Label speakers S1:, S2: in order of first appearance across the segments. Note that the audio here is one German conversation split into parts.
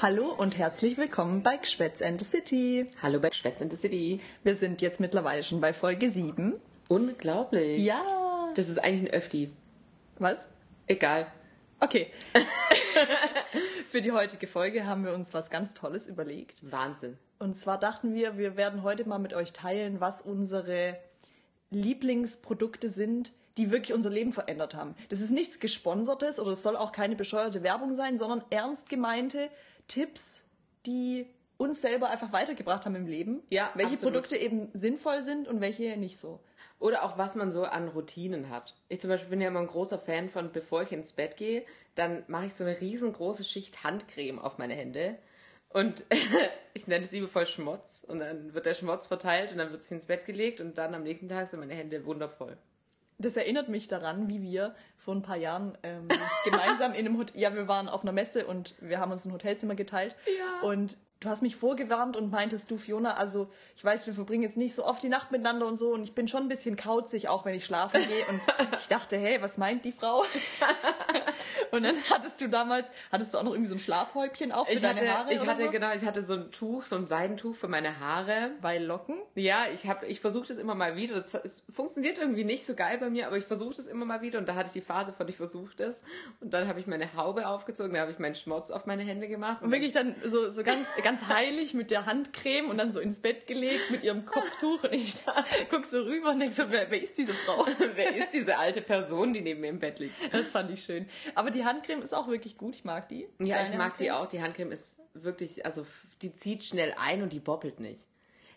S1: Hallo und herzlich willkommen bei Gschwätz and the City.
S2: Hallo bei Schwätz in the City.
S1: Wir sind jetzt mittlerweile schon bei Folge 7.
S2: Unglaublich.
S1: Ja.
S2: Das ist eigentlich ein Öfti.
S1: Was?
S2: Egal.
S1: Okay. Für die heutige Folge haben wir uns was ganz Tolles überlegt.
S2: Wahnsinn.
S1: Und zwar dachten wir, wir werden heute mal mit euch teilen, was unsere Lieblingsprodukte sind, die wirklich unser Leben verändert haben. Das ist nichts Gesponsertes oder es soll auch keine bescheuerte Werbung sein, sondern ernst gemeinte Tipps, die uns selber einfach weitergebracht haben im Leben.
S2: Ja,
S1: Welche
S2: absolut.
S1: Produkte eben sinnvoll sind und welche nicht so.
S2: Oder auch, was man so an Routinen hat. Ich zum Beispiel bin ja immer ein großer Fan von, bevor ich ins Bett gehe, dann mache ich so eine riesengroße Schicht Handcreme auf meine Hände. Und ich nenne es liebevoll Schmotz. Und dann wird der Schmotz verteilt und dann wird sich ins Bett gelegt und dann am nächsten Tag sind meine Hände wundervoll.
S1: Das erinnert mich daran, wie wir vor ein paar Jahren ähm, gemeinsam in einem Hotel, ja, wir waren auf einer Messe und wir haben uns ein Hotelzimmer geteilt.
S2: Ja.
S1: Und du hast mich vorgewarnt und meintest, du, Fiona, also ich weiß, wir verbringen jetzt nicht so oft die Nacht miteinander und so und ich bin schon ein bisschen kauzig, auch wenn ich schlafen gehe. Und ich dachte, hey, was meint die Frau? und dann hattest du damals, hattest du auch noch irgendwie so ein Schlafhäubchen auf für
S2: Ich
S1: deine
S2: hatte,
S1: Haare?
S2: ich
S1: oder
S2: hatte
S1: so?
S2: genau, ich hatte so ein Tuch, so ein Seidentuch für meine Haare.
S1: Bei Locken?
S2: Ja, ich hab, ich versuche das immer mal wieder. Das, es funktioniert irgendwie nicht so geil bei mir, aber ich versuche das immer mal wieder. Und da hatte ich die Phase von ich versuche das. Und dann habe ich meine Haube aufgezogen, da habe ich meinen Schmotz auf meine Hände gemacht.
S1: Und wirklich dann so, so ganz, ganz heilig mit der Handcreme und dann so ins Bett gelegt mit ihrem Kopftuch und ich da guck so rüber und denk so, wer, wer ist diese Frau?
S2: Wer ist diese alte Person, die neben mir im Bett liegt?
S1: Das fand ich schön. Aber die Handcreme ist auch wirklich gut, ich mag die.
S2: Ja,
S1: Deine
S2: ich mag die
S1: Handcreme?
S2: auch. Die Handcreme ist wirklich, also f- die zieht schnell ein und die boppelt nicht.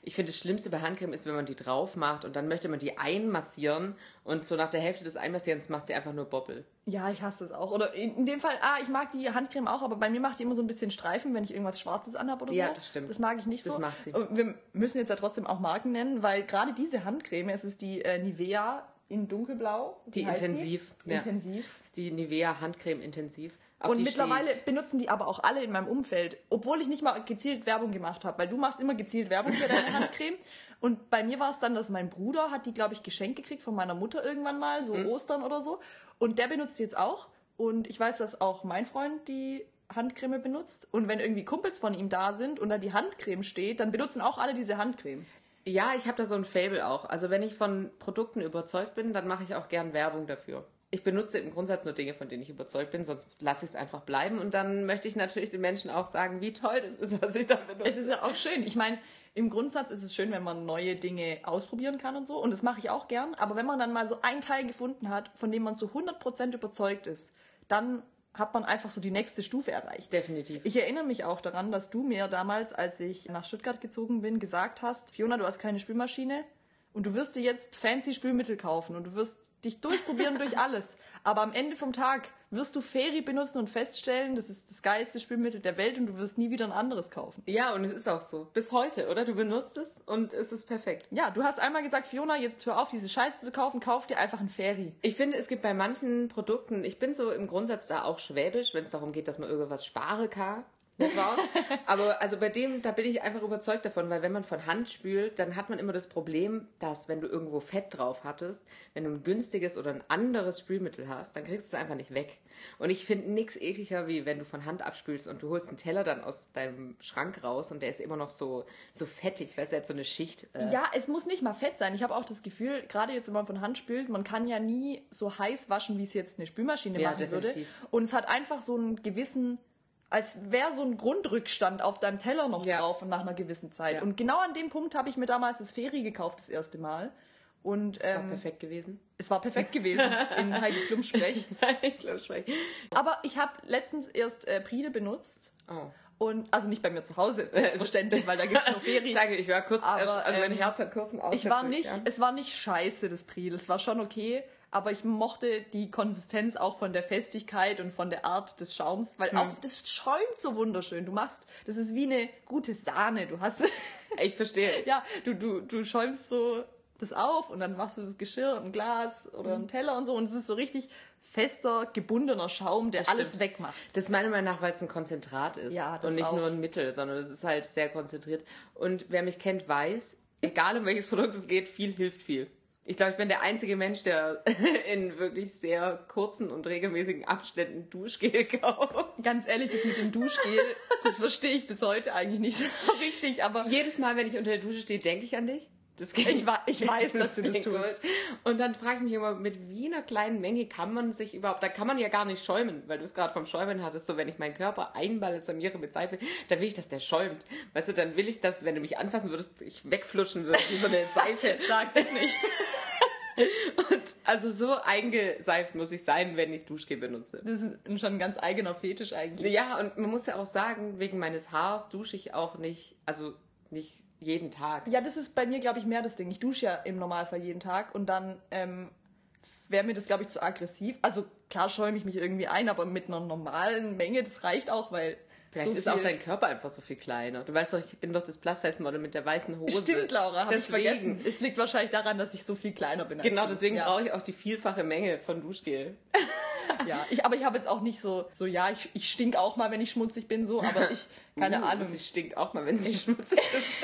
S2: Ich finde, das Schlimmste bei Handcreme ist, wenn man die drauf macht und dann möchte man die einmassieren und so nach der Hälfte des Einmassierens macht sie einfach nur Boppel.
S1: Ja, ich hasse es auch. Oder in, in dem Fall, ah, ich mag die Handcreme auch, aber bei mir macht die immer so ein bisschen Streifen, wenn ich irgendwas Schwarzes anhab oder so.
S2: Ja, das stimmt.
S1: Das mag ich nicht
S2: Das
S1: so.
S2: macht sie.
S1: Und wir müssen jetzt ja trotzdem auch Marken nennen, weil gerade diese Handcreme, es ist die äh, Nivea in dunkelblau. Wie
S2: Die
S1: heißt
S2: intensiv,
S1: Die?
S2: ja.
S1: Intensiv.
S2: Das ist die Nivea Handcreme intensiv. Auf
S1: Und
S2: die stehe
S1: mittlerweile
S2: ich.
S1: benutzen die aber auch alle in meinem Umfeld, obwohl ich nicht mal gezielt Werbung gemacht habe, weil du machst immer gezielt Werbung für deine Handcreme. Und bei mir war es dann, dass mein Bruder hat die, glaube ich, geschenkt gekriegt von meiner Mutter irgendwann mal, so Ostern oder so. Und der benutzt die jetzt auch. Und ich weiß, dass auch mein Freund die Handcreme benutzt. Und wenn irgendwie Kumpels von ihm da sind und da die Handcreme steht, dann benutzen auch alle diese Handcreme.
S2: Ja, ich habe da so ein Fable auch. Also wenn ich von Produkten überzeugt bin, dann mache ich auch gern Werbung dafür. Ich benutze im Grundsatz nur Dinge, von denen ich überzeugt bin, sonst lasse ich es einfach bleiben. Und dann möchte ich natürlich den Menschen auch sagen, wie toll das ist, was ich da benutze.
S1: Es ist ja auch schön. Ich meine, im Grundsatz ist es schön, wenn man neue Dinge ausprobieren kann und so. Und das mache ich auch gern. Aber wenn man dann mal so einen Teil gefunden hat, von dem man zu 100% überzeugt ist, dann hat man einfach so die nächste Stufe erreicht.
S2: Definitiv.
S1: Ich erinnere mich auch daran, dass du mir damals, als ich nach Stuttgart gezogen bin, gesagt hast, Fiona, du hast keine Spülmaschine und du wirst dir jetzt fancy Spülmittel kaufen und du wirst dich durchprobieren durch alles. Aber am Ende vom Tag wirst du Feri benutzen und feststellen, das ist das geilste Spülmittel der Welt und du wirst nie wieder ein anderes kaufen.
S2: ja, und es ist auch so. Bis heute, oder? Du benutzt es und es ist perfekt.
S1: Ja, du hast einmal gesagt, Fiona, jetzt hör auf, diese Scheiße zu kaufen, kauf dir einfach ein Ferry.
S2: Ich finde, es gibt bei manchen Produkten, ich bin so im Grundsatz da auch schwäbisch, wenn es darum geht, dass man irgendwas spare kann. Nicht wahr? Aber also bei dem, da bin ich einfach überzeugt davon, weil wenn man von Hand spült, dann hat man immer das Problem, dass wenn du irgendwo Fett drauf hattest, wenn du ein günstiges oder ein anderes Spülmittel hast, dann kriegst du es einfach nicht weg. Und ich finde nichts ekliger, wie wenn du von Hand abspülst und du holst einen Teller dann aus deinem Schrank raus und der ist immer noch so, so fettig, weißt du, er hat so eine Schicht. Äh,
S1: Ja, es muss nicht mal fett sein. Ich habe auch das Gefühl, gerade jetzt, wenn man von Hand spült, man kann ja nie so heiß waschen, wie es jetzt eine Spülmaschine
S2: Ja,
S1: machen würde.
S2: definitiv.
S1: Und es hat einfach so einen gewissen, als wäre so ein Grundrückstand auf deinem Teller noch
S2: Ja.
S1: drauf und nach einer gewissen Zeit.
S2: Ja.
S1: Und genau an dem Punkt habe ich mir damals das Ferry gekauft, das erste Mal. Und
S2: das war
S1: ähm,
S2: perfekt gewesen.
S1: es war perfekt gewesen in Heidi Klum Sprech.
S2: ich glaube schon.
S1: Aber ich habe letztens erst äh, Pride benutzt.
S2: Oh.
S1: Und, also nicht bei mir zu Hause, selbstverständlich, weil da gibt es nur Ferien.
S2: Danke, ich war kurz,
S1: Aber,
S2: also mein
S1: ähm,
S2: Herz hat kurz einen
S1: Ich war
S2: Aussetzer,
S1: nicht,
S2: ja.
S1: es war nicht scheiße, das Pril. Es war schon okay, aber ich mochte die Konsistenz auch von der Festigkeit und von der Art des Schaums,
S2: Mhm.
S1: weil auch das schäumt so wunderschön. Du machst, das ist wie eine gute Sahne. Du hast,
S2: Ich verstehe.
S1: ja, du, du, du schäumst so das auf und dann machst du das Geschirr, ein Glas oder
S2: Mhm.
S1: einen Teller und so und es ist so richtig fester, gebundener Schaum, der
S2: Das stimmt.
S1: alles wegmacht.
S2: Das ist meiner Meinung nach, weil es ein Konzentrat ist
S1: Ja, das
S2: und nicht
S1: auch.
S2: nur ein Mittel, sondern es ist halt sehr konzentriert. Und wer mich kennt, weiß, egal um welches Produkt es geht, viel hilft viel. Ich glaube, ich bin der einzige Mensch, der in wirklich sehr kurzen und regelmäßigen Abständen Duschgel kauft.
S1: Ganz ehrlich, das mit dem Duschgel, das verstehe ich bis heute eigentlich nicht so richtig, aber
S2: Jedes Mal, wenn ich unter der Dusche stehe, denke ich an dich. Das geht
S1: ich, wa- ich weiß, dass du das
S2: Deswegen
S1: tust.
S2: wollte ich- Und dann frage ich mich immer, mit wie einer kleinen Menge kann man sich überhaupt, da kann man ja gar nicht schäumen, weil du es gerade vom Schäumen hattest, so wenn ich meinen Körper einbalsamiere mit Seife, dann will ich, dass der schäumt. Weißt du, dann will ich, dass, wenn du mich anfassen würdest, ich wegflutschen würde, wie so eine Seife.
S1: Sag das nicht.
S2: Und also so eingeseift muss ich sein, wenn ich Duschgel benutze.
S1: Das ist schon ein ganz eigener Fetisch eigentlich.
S2: Ja, und man muss ja auch sagen, wegen meines Haars dusche ich auch nicht, also nicht jeden Tag.
S1: Ja, das ist bei mir, glaube ich, mehr das Ding. Ich dusche ja im Normalfall jeden Tag und dann ähm, wäre mir das, glaube ich, zu aggressiv. Also klar schäume ich mich irgendwie ein, aber mit einer normalen Menge, das reicht auch, weil.
S2: Vielleicht
S1: so
S2: ist auch
S1: viel-
S2: dein Körper einfach so viel kleiner. Du weißt doch, ich bin doch das Plus-Size-Model mit der weißen Hose.
S1: Stimmt, Laura, habe ich
S2: Deswegen.
S1: vergessen. Es liegt wahrscheinlich daran, dass ich so viel kleiner bin. als
S2: Genau,
S1: du.
S2: deswegen
S1: ja.
S2: brauche ich auch die vielfache Menge von Duschgel.
S1: Ja, ich, aber ich habe jetzt auch nicht so, so ja, ich, ich stink auch mal, wenn ich schmutzig bin, so, aber ich, keine
S2: Uh,
S1: Ahnung,
S2: Sie stinkt auch mal, wenn sie schmutzig ist.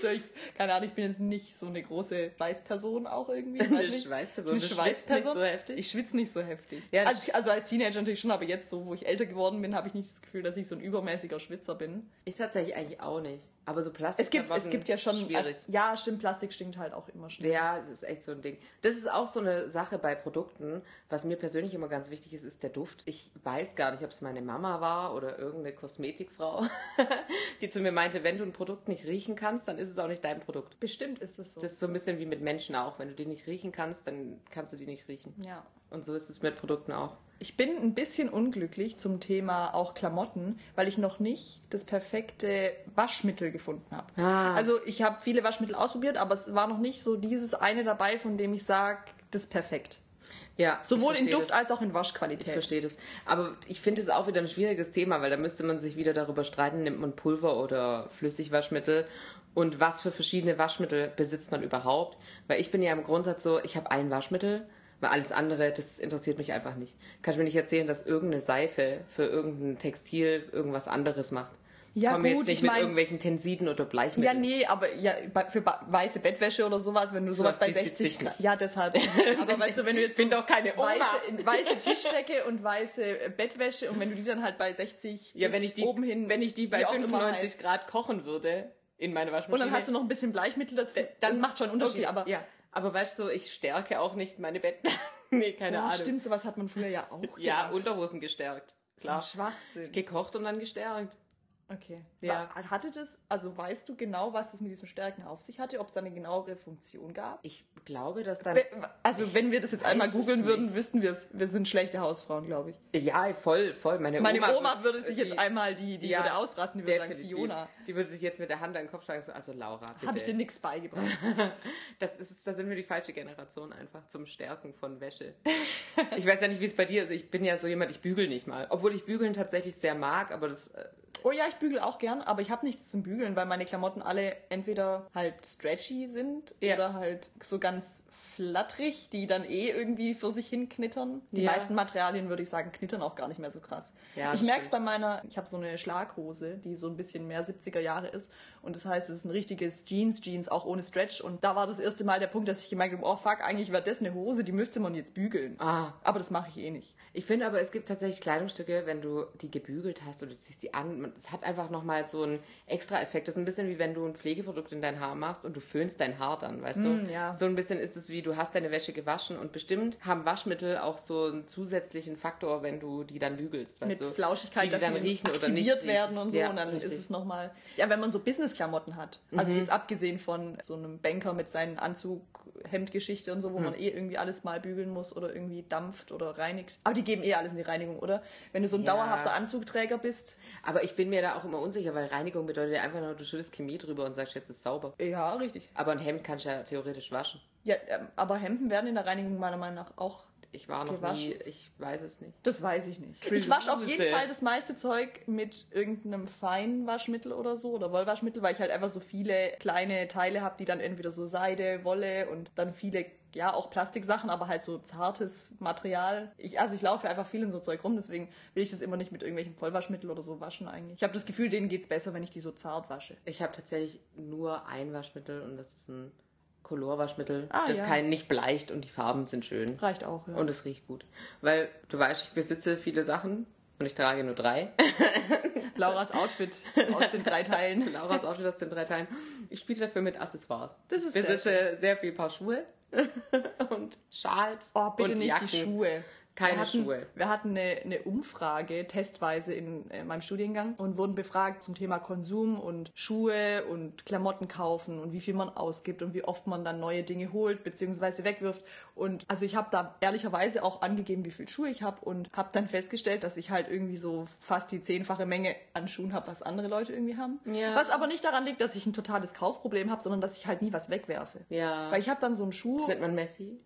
S1: so, ich, keine Ahnung, ich bin jetzt nicht so eine große Schweißperson auch irgendwie. ich weiß
S2: Eine
S1: nicht.
S2: Schweißperson.
S1: Eine
S2: du schwitzt
S1: Schweißperson?
S2: Nicht so heftig.
S1: Ich schwitze nicht so heftig.
S2: Ja, das-
S1: also, ich, also als Teenager natürlich schon, aber jetzt so, wo ich älter geworden bin, habe ich nicht das Gefühl, dass ich so ein übermäßiger Schwitzer bin.
S2: Ich tatsächlich eigentlich auch nicht. Aber so Plastik.
S1: Es gibt, es gibt ja schon. also,
S2: Schwierig.
S1: Ja, stimmt, Plastik stinkt halt auch immer schnell.
S2: Ja, es ist echt so ein Ding. Das ist auch so eine Sache bei Produkten. Was mir persönlich immer ganz wichtig ist, ist der Duft. Ich weiß gar nicht, ob es meine Mama war oder irgendeine Kosmetikfrau, die zu mir meinte, wenn du ein Produkt nicht riechen kannst, dann ist es auch nicht dein Produkt.
S1: Bestimmt ist es so.
S2: Das ist so ein bisschen wie mit Menschen auch. Wenn du die nicht riechen kannst, dann kannst du die nicht riechen.
S1: ja.
S2: Und so ist es mit Produkten auch.
S1: Ich bin ein bisschen unglücklich zum Thema auch Klamotten, weil ich noch nicht das perfekte Waschmittel gefunden habe.
S2: Ah.
S1: Also ich habe viele Waschmittel ausprobiert, aber es war noch nicht so dieses eine dabei, von dem ich sage, das ist perfekt.
S2: Ja,
S1: Sowohl
S2: ich
S1: in
S2: verstehe
S1: Duft
S2: das.
S1: als auch in
S2: Ich
S1: Waschqualität.
S2: verstehe das. Aber ich finde es auch wieder ein schwieriges Thema, weil da müsste man sich wieder darüber streiten, nimmt man Pulver oder Flüssigwaschmittel und was für verschiedene Waschmittel besitzt man überhaupt. Weil ich bin ja im Grundsatz so, ich habe ein Waschmittel, weil alles andere, das interessiert mich einfach nicht. Kannst du mir nicht erzählen, dass irgendeine Seife für irgendein Textil irgendwas anderes macht.
S1: Ja,
S2: Komm mir
S1: gut,
S2: jetzt nicht
S1: ich
S2: mit
S1: mein-
S2: irgendwelchen Tensiden oder
S1: Ja,
S2: Bleichmitteln.
S1: nee, aber ja, bei- für ba- weiße Bettwäsche oder sowas, wenn du sowas
S2: Sowas
S1: bei
S2: besitze
S1: 60
S2: ich
S1: Grad.
S2: nicht.
S1: Ja, deshalb. Aber weißt du, wenn du jetzt
S2: bin doch keine Oma.
S1: weiße, weiße Tischdecke und weiße äh, Bettwäsche und wenn du die dann halt bei 60
S2: Ja,
S1: bis
S2: wenn ich die,
S1: oben hin,
S2: wenn ich die
S1: wie
S2: bei
S1: auch immer
S2: 95
S1: heißt.
S2: Grad kochen würde in meiner Waschmaschine.
S1: Und dann hast du noch ein bisschen Bleichmittel dazu. Das macht schon einen Unterschied, aber
S2: ja. Aber weißt du, ich stärke auch nicht meine Betten. nee, keine
S1: ja,
S2: Ahnung.
S1: stimmt, sowas hat man früher ja auch gemacht.
S2: Ja, Unterhosen gestärkt.
S1: klar.
S2: Klar.
S1: Schwachsinn.
S2: Gekocht und dann gestärkt.
S1: Okay.
S2: Ja.
S1: War- Hatte das, also weißt du genau, was es mit diesem Stärken auf sich hatte, ob es da eine genauere Funktion gab?
S2: Ich glaube, dass dann.
S1: Be- Also wenn wir das jetzt einmal
S2: es
S1: googeln
S2: nicht.
S1: würden, wüssten wir es. Wir sind schlechte Hausfrauen, glaube ich.
S2: Ja, voll, voll. Meine,
S1: Meine Oma,
S2: wür-
S1: würde sich jetzt
S2: die-
S1: einmal die, die
S2: Ja,
S1: würde ausrasten, die würde sagen,
S2: Definitiv.
S1: Fiona.
S2: Die würde sich jetzt mit der Hand an den Kopf schlagen, so, also Laura, bitte.
S1: Habe ich dir nichts beigebracht.
S2: Das ist, da sind wir die falsche Generation einfach zum Stärken von Wäsche. Ich weiß ja nicht, wie es bei dir ist. Ich bin ja so jemand, ich bügel nicht mal. Obwohl ich bügeln tatsächlich sehr mag, aber das, äh,
S1: Oh ja, ich bügel auch gern, aber ich habe nichts zum Bügeln, weil meine Klamotten alle entweder halt stretchy sind
S2: Ja.
S1: oder halt so ganz flatterig, die dann eh irgendwie für sich hin knittern. Die
S2: Ja.
S1: meisten Materialien, würde ich sagen, knittern auch gar nicht mehr so krass.
S2: Ja,
S1: ich
S2: das
S1: merke es bei
S2: stimmt.
S1: meiner, ich habe so eine Schlaghose, die so ein bisschen mehr 70er Jahre ist und das heißt, es ist ein richtiges Jeans-Jeans, auch ohne Stretch und da war das erste Mal der Punkt, dass ich gemerkt habe, oh fuck, eigentlich wäre das eine Hose, die müsste man jetzt bügeln.
S2: ah,
S1: Aber das mache ich eh nicht.
S2: Ich finde aber, es gibt tatsächlich Kleidungsstücke, wenn du die gebügelt hast und du ziehst die an. man- Es hat einfach nochmal so einen extra Effekt. Das ist ein bisschen wie wenn du ein Pflegeprodukt in dein Haar machst und du föhnst dein Haar dann, weißt
S1: Mm,
S2: du?
S1: ja.
S2: So ein bisschen ist es wie, du hast deine Wäsche gewaschen und bestimmt haben Waschmittel auch so einen zusätzlichen Faktor, wenn du die dann bügelst. Weißt
S1: mit
S2: du?
S1: Flauschigkeit,
S2: Also, Wie die
S1: dass
S2: dann
S1: sie
S2: riechen oder nicht
S1: aktiviert
S2: riechen.
S1: werden und so.
S2: Ja,
S1: und dann
S2: richtig. Mhm.
S1: ist es nochmal. Ja, wenn man so Business-Klamotten hat. Also jetzt abgesehen von so einem Banker mit seinen Anzug, Hemdgeschichte und so,
S2: Mhm.
S1: wo man eh irgendwie alles mal bügeln muss oder irgendwie dampft oder reinigt. Aber die geben eh alles in die Reinigung, oder? Wenn du so ein
S2: Ja.
S1: dauerhafter Anzugträger bist,
S2: Aber ich bin mir da auch immer unsicher, weil Reinigung bedeutet ja einfach nur, du schüttest Chemie drüber und sagst, jetzt ist sauber.
S1: ja, richtig.
S2: Aber ein Hemd kannst du ja theoretisch waschen.
S1: Ja, ähm, aber Hemden werden in der Reinigung meiner Meinung nach auch.
S2: Ich war noch
S1: Gewaschen.
S2: nie, ich weiß es nicht.
S1: Das weiß ich nicht. Ich wasche auf jeden
S2: Bluse.
S1: Fall das meiste Zeug mit irgendeinem Feinwaschmittel oder so oder Wollwaschmittel, weil ich halt einfach so viele kleine Teile habe, die dann entweder so Seide, Wolle und dann viele, ja, auch Plastiksachen, aber halt so zartes Material. Ich, also ich laufe einfach viel in so Zeug rum, deswegen will ich das immer nicht mit irgendwelchen Vollwaschmittel oder so waschen eigentlich. Ich habe das Gefühl, denen geht's besser, wenn ich die so zart wasche.
S2: Ich habe tatsächlich nur ein Waschmittel und das ist ein Colorwaschmittel,
S1: Ah,
S2: das
S1: ja.
S2: keinen nicht bleicht und die Farben sind schön.
S1: Reicht auch, ja.
S2: Und es riecht gut. Weil du weißt, ich besitze viele Sachen und ich trage nur drei.
S1: Laura's Outfit aus den drei Teilen.
S2: Laura's Outfit aus den drei Teilen. Ich spiele dafür mit Accessoires.
S1: Das ist
S2: Ich
S1: sehr
S2: besitze sehr viel Paar Schuhe und Schals
S1: Oh, bitte
S2: und
S1: nicht
S2: Jacken.
S1: die Schuhe.
S2: Keine
S1: wir hatten,
S2: Schuhe.
S1: Wir hatten eine, eine Umfrage testweise in, äh, meinem Studiengang und wurden befragt zum Thema Konsum und Schuhe und Klamotten kaufen und wie viel man ausgibt und wie oft man dann neue Dinge holt bzw. wegwirft. Und also ich habe da ehrlicherweise auch angegeben, wie viel Schuhe ich habe und habe dann festgestellt, dass ich halt irgendwie so fast die zehnfache Menge an Schuhen habe, was andere Leute irgendwie haben.
S2: Ja.
S1: Was aber nicht daran liegt, dass ich ein totales Kaufproblem habe, sondern dass ich halt nie was wegwerfe.
S2: Ja.
S1: Weil ich habe dann so einen Schuh.
S2: Nennt man Messi?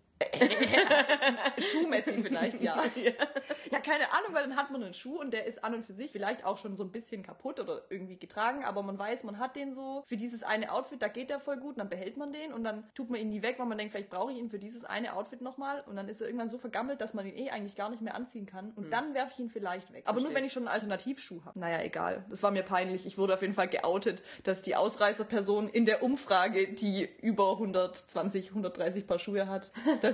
S1: Schuhmessi vielleicht, ja. Ja, keine Ahnung, weil dann hat man einen Schuh und der ist an und für sich vielleicht auch schon so ein bisschen kaputt oder irgendwie getragen, aber man weiß, man hat den so für dieses eine Outfit, da geht der voll gut und dann behält man den und dann tut man ihn nie weg, weil man denkt, vielleicht brauche ich ihn für dieses eine Outfit nochmal und dann ist er irgendwann so vergammelt, dass man ihn eh eigentlich gar nicht mehr anziehen kann und dann werfe ich ihn vielleicht weg. Hm. Aber nur
S2: Verstehe.
S1: wenn ich schon einen Alternativschuh habe. Naja, egal. Das war mir peinlich. Ich wurde auf jeden Fall geoutet, dass die Ausreißerperson in der Umfrage, die über 120, 130 Paar Schuhe hat, das,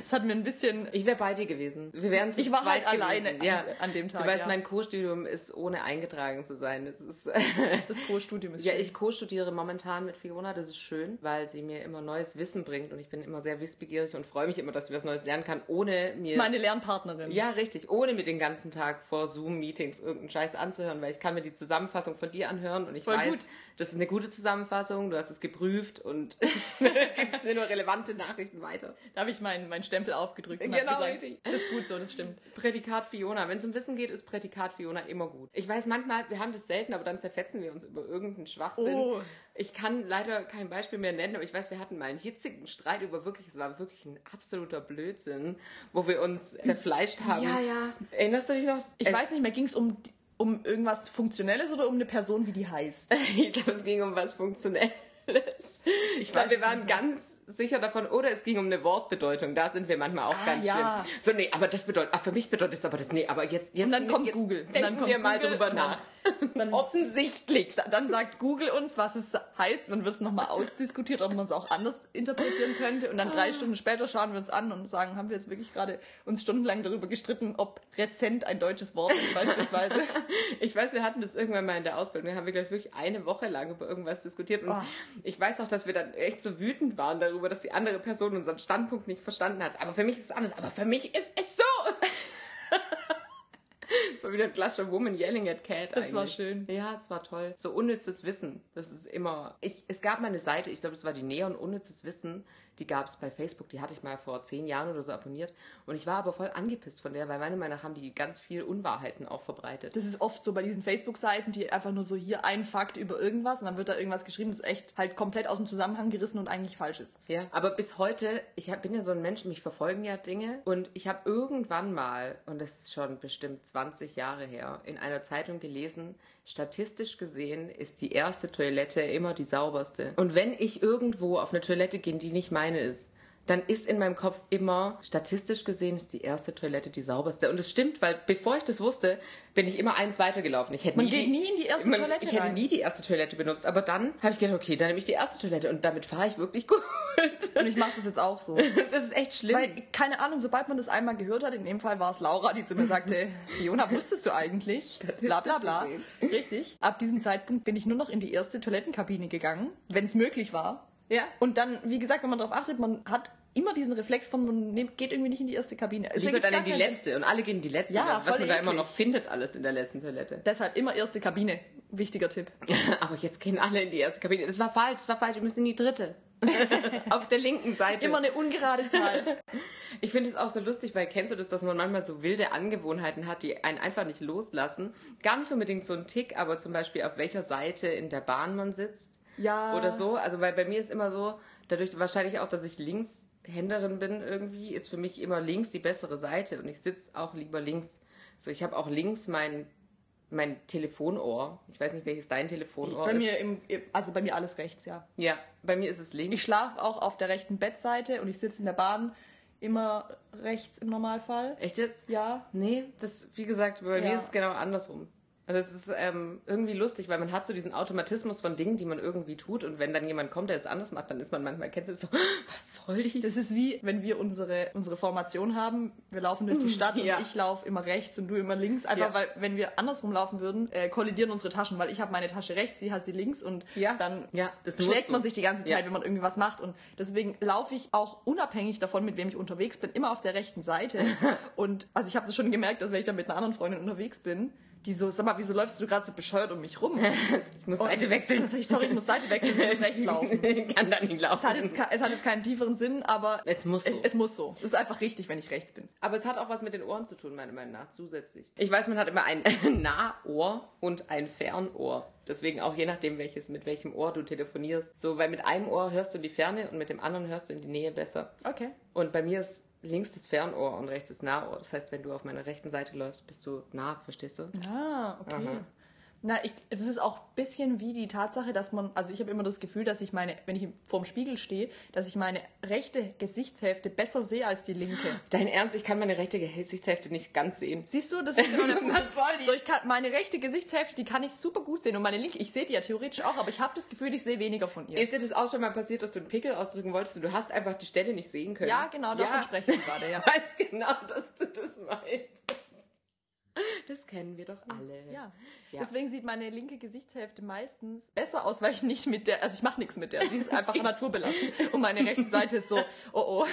S1: das hat mir ein bisschen
S2: Ich wäre bei dir gewesen. Wir wären zu
S1: Ich war
S2: zweit
S1: halt
S2: gewesen.
S1: alleine an-
S2: ja.
S1: an dem Tag,
S2: Du weißt,
S1: ja.
S2: mein Co-Studium ist ohne eingetragen zu sein. Das ist
S1: Das Co-Studium ist
S2: Ja,
S1: schön.
S2: ich co-studiere momentan mit Fiona, das ist schön, weil sie mir immer neues Wissen bringt und ich bin immer sehr wissbegierig und freue mich immer, dass ich was Neues lernen kann, ohne mir...
S1: Das ist meine Lernpartnerin.
S2: ja, richtig, ohne mir den ganzen Tag vor Zoom-Meetings irgendeinen Scheiß anzuhören, weil ich kann mir die Zusammenfassung von dir anhören und ich
S1: Voll
S2: weiß,
S1: gut.
S2: das ist eine gute Zusammenfassung, du hast es geprüft und gibst mir nur relevante Nachrichten weiter.
S1: Da habe ich meinen meinen Stempel aufgedrückt und
S2: Genau,
S1: genau, gesagt,
S2: richtig.
S1: das ist gut so, das stimmt.
S2: Prädikat Fiona. Wenn es um Wissen geht, ist Prädikat Fiona immer gut. Ich weiß manchmal, wir haben das selten, aber dann zerfetzen wir uns über irgendeinen Schwachsinn.
S1: Oh.
S2: Ich kann leider kein Beispiel mehr nennen, aber ich weiß, wir hatten mal einen hitzigen Streit über wirklich, es war wirklich ein absoluter Blödsinn, wo wir uns zerfleischt haben.
S1: ja.
S2: Erinnerst du dich noch?
S1: Ich weiß nicht mehr, ging es um, um irgendwas Funktionelles oder um eine Person, wie die heißt?
S2: ich glaube, es ging um was Funktionelles. Ich glaube,
S1: weiß
S2: wir
S1: es
S2: waren
S1: nicht mehr.
S2: ganz sicher davon, oder es ging um eine Wortbedeutung. Da sind wir manchmal auch
S1: Ah,
S2: ganz
S1: ja.
S2: schlimm. So, nee, aber das bedeutet, ach, für mich bedeutet es aber das, nee, aber jetzt, jetzt,
S1: Und dann kommt
S2: jetzt
S1: Google. Und
S2: denken
S1: dann kommt
S2: wir mal
S1: Google
S2: drüber
S1: und dann-
S2: nach.
S1: Dann,
S2: Offensichtlich.
S1: dann sagt Google uns, was es heißt, dann wird es nochmal ausdiskutiert, ob man es auch anders interpretieren könnte. Und dann drei Stunden später schauen wir uns an und sagen, haben wir jetzt wirklich gerade uns stundenlang darüber gestritten, ob rezent ein deutsches Wort ist beispielsweise.
S2: Ich weiß, wir hatten das irgendwann mal in der Ausbildung. Da haben wir, glaube ich, wirklich eine Woche lang über irgendwas diskutiert. Und
S1: Oh.
S2: ich weiß auch, dass wir dann echt so wütend waren darüber, dass die andere Person unseren Standpunkt nicht verstanden hat. Aber für mich ist es anders. Aber für mich ist es so. Das war wieder ein klassischer Woman yelling at Cat
S1: Das war
S2: eigentlich.
S1: schön.
S2: Ja, es war toll. So unnützes Wissen. Das ist immer... Ich, es gab mal eine Seite, ich glaube, es war die Neon Unnützes Wissen. Die gab es bei Facebook. Die hatte ich mal vor zehn Jahren oder so abonniert. Und ich war aber voll angepisst von der, weil meiner Meinung nach haben die ganz viel Unwahrheiten auch verbreitet.
S1: Das ist oft so bei diesen Facebook-Seiten, die einfach nur so hier ein Fakt über irgendwas und dann wird da irgendwas geschrieben, das echt halt komplett aus dem Zusammenhang gerissen und eigentlich falsch ist.
S2: Ja, aber bis heute, ich hab, bin ja so ein Mensch, mich verfolgen ja Dinge und ich habe irgendwann mal, und das ist schon bestimmt 20 Jahre her, in einer Zeitung gelesen, statistisch gesehen ist die erste Toilette immer die sauberste. Und wenn ich irgendwo auf eine Toilette gehe, die nicht meine ist, dann ist in meinem Kopf immer, statistisch gesehen ist die erste Toilette die sauberste. Und es stimmt, weil bevor ich das wusste, bin ich immer eins weitergelaufen. Ich hätte
S1: Man
S2: nie
S1: geht
S2: die,
S1: nie in die erste
S2: man,
S1: Toilette
S2: Ich hätte
S1: rein.
S2: nie die erste Toilette benutzt, aber dann habe ich gedacht, okay, dann nehme ich die erste Toilette und damit fahre ich wirklich gut.
S1: Und ich mache das jetzt auch so.
S2: Das ist echt schlimm.
S1: Weil, keine Ahnung, sobald man das einmal gehört hat, in dem Fall war es Laura, die zu mir sagte, Fiona, wusstest du eigentlich? Bla bla bla.
S2: Statistisch
S1: Richtig. Ab diesem Zeitpunkt bin ich nur noch in die erste Toilettenkabine gegangen, wenn es möglich war.
S2: ja.
S1: Und dann, wie gesagt, wenn man darauf achtet, man hat immer diesen Reflex von, man nimmt- geht irgendwie nicht in die erste Kabine. Es
S2: Lieber
S1: ergibt
S2: dann
S1: gar
S2: in die
S1: keinen Sinn.
S2: letzte und alle gehen in die letzte,
S1: Ja,
S2: dann, was
S1: voll
S2: man da immer
S1: eklig.
S2: noch findet, alles in der letzten Toilette.
S1: Deshalb immer erste Kabine. Wichtiger Tipp.
S2: Aber jetzt gehen alle in die erste Kabine. Das war falsch, das war falsch, wir müssen in die dritte. Auf der linken Seite.
S1: Immer eine ungerade Zahl.
S2: Ich finde es auch so lustig, weil kennst du das, dass man manchmal so wilde Angewohnheiten hat, die einen einfach nicht loslassen? Gar nicht unbedingt so ein Tick, aber zum Beispiel auf welcher Seite in der Bahn man sitzt.
S1: Ja.
S2: Oder so. Also weil bei mir ist immer so, dadurch wahrscheinlich auch, dass ich Linkshänderin bin irgendwie, ist für mich immer links die bessere Seite und ich sitze auch lieber links. So, ich habe auch links mein, mein Telefonohr. Ich weiß nicht, welches dein Telefonohr
S1: Bei
S2: ist.
S1: mir im, also bei mir alles rechts, ja.
S2: ja, bei mir ist es links.
S1: Ich schlafe auch auf der rechten Bettseite und ich sitze in der Bahn immer rechts im Normalfall.
S2: Echt jetzt?
S1: Ja.
S2: Nee, das, wie gesagt, bei
S1: Ja.
S2: mir ist es genau andersrum. Und das ist ähm, irgendwie lustig, weil man hat so diesen Automatismus von Dingen, die man irgendwie tut. Und wenn dann jemand kommt, der es anders macht, dann ist man manchmal, kennst du das so, was soll ich?
S1: Das ist wie, wenn wir unsere, unsere Formation haben. Wir laufen durch die Stadt
S2: Mhm. Ja.
S1: und ich laufe immer rechts und du immer links. Einfach
S2: Ja.
S1: weil, wenn wir andersrum laufen würden, äh, kollidieren unsere Taschen, weil ich habe meine Tasche rechts, sie hat sie links und
S2: Ja.
S1: dann
S2: Ja, das muss
S1: schlägt
S2: so.
S1: man sich die ganze Zeit,
S2: Ja.
S1: wenn man irgendwie was macht. Und deswegen laufe ich auch unabhängig davon, mit wem ich unterwegs bin, immer auf der rechten Seite. und also ich habe das schon gemerkt, dass wenn ich dann mit einer anderen Freundin unterwegs bin, die so, sag mal, wieso läufst du gerade so bescheuert um mich rum?
S2: Oh, Ich muss Seite wechseln.
S1: Sag ich, sorry, ich muss Seite wechseln, ich muss rechts laufen.
S2: Kann dann nicht
S1: Es hat,
S2: laufen.
S1: jetzt, ke- es hat jetzt keinen tieferen Sinn, aber
S2: Es muss so.
S1: es, es muss so. Es ist einfach richtig, wenn ich rechts bin.
S2: Aber es hat auch was mit den Ohren zu tun, meiner Meinung nach, zusätzlich. Ich weiß, man hat immer ein Nahohr und ein Fernohr. Deswegen auch je nachdem, welches, mit welchem Ohr du telefonierst. So, weil mit einem Ohr hörst du in die Ferne und mit dem anderen hörst du in die Nähe besser.
S1: Okay.
S2: Und bei mir ist links das Fernohr und rechts das Nahohr. Das heißt, wenn du auf meiner rechten Seite läufst, bist du nah, verstehst du?
S1: Ah, okay.
S2: Aha.
S1: Na, ich, es ist auch ein bisschen wie die Tatsache, dass man, also ich habe immer das Gefühl, dass ich meine, wenn ich vorm Spiegel stehe, dass ich meine rechte Gesichtshälfte besser sehe als die linke.
S2: Dein Ernst, ich kann meine rechte Gesichtshälfte nicht ganz sehen.
S1: Siehst du, das ist immer der Punkt.
S2: Was soll die?
S1: So, ich kann, meine rechte Gesichtshälfte, die kann ich super gut sehen und meine linke, ich sehe die ja theoretisch auch, aber ich habe das Gefühl, ich sehe weniger von ihr.
S2: Ist dir das auch schon mal passiert, dass du einen Pickel ausdrücken wolltest und du hast einfach die Stelle nicht sehen können?
S1: ja, genau, davon spreche ich gerade, ja.
S2: Ich weiß genau, dass du das meinst. Das kennen wir doch alle.
S1: Äh, Ja.
S2: Ja.
S1: Deswegen sieht meine linke Gesichtshälfte meistens besser aus, weil ich nicht mit der, also ich mache nichts mit der, die ist einfach naturbelassen. Und meine rechte Seite ist so, oh oh.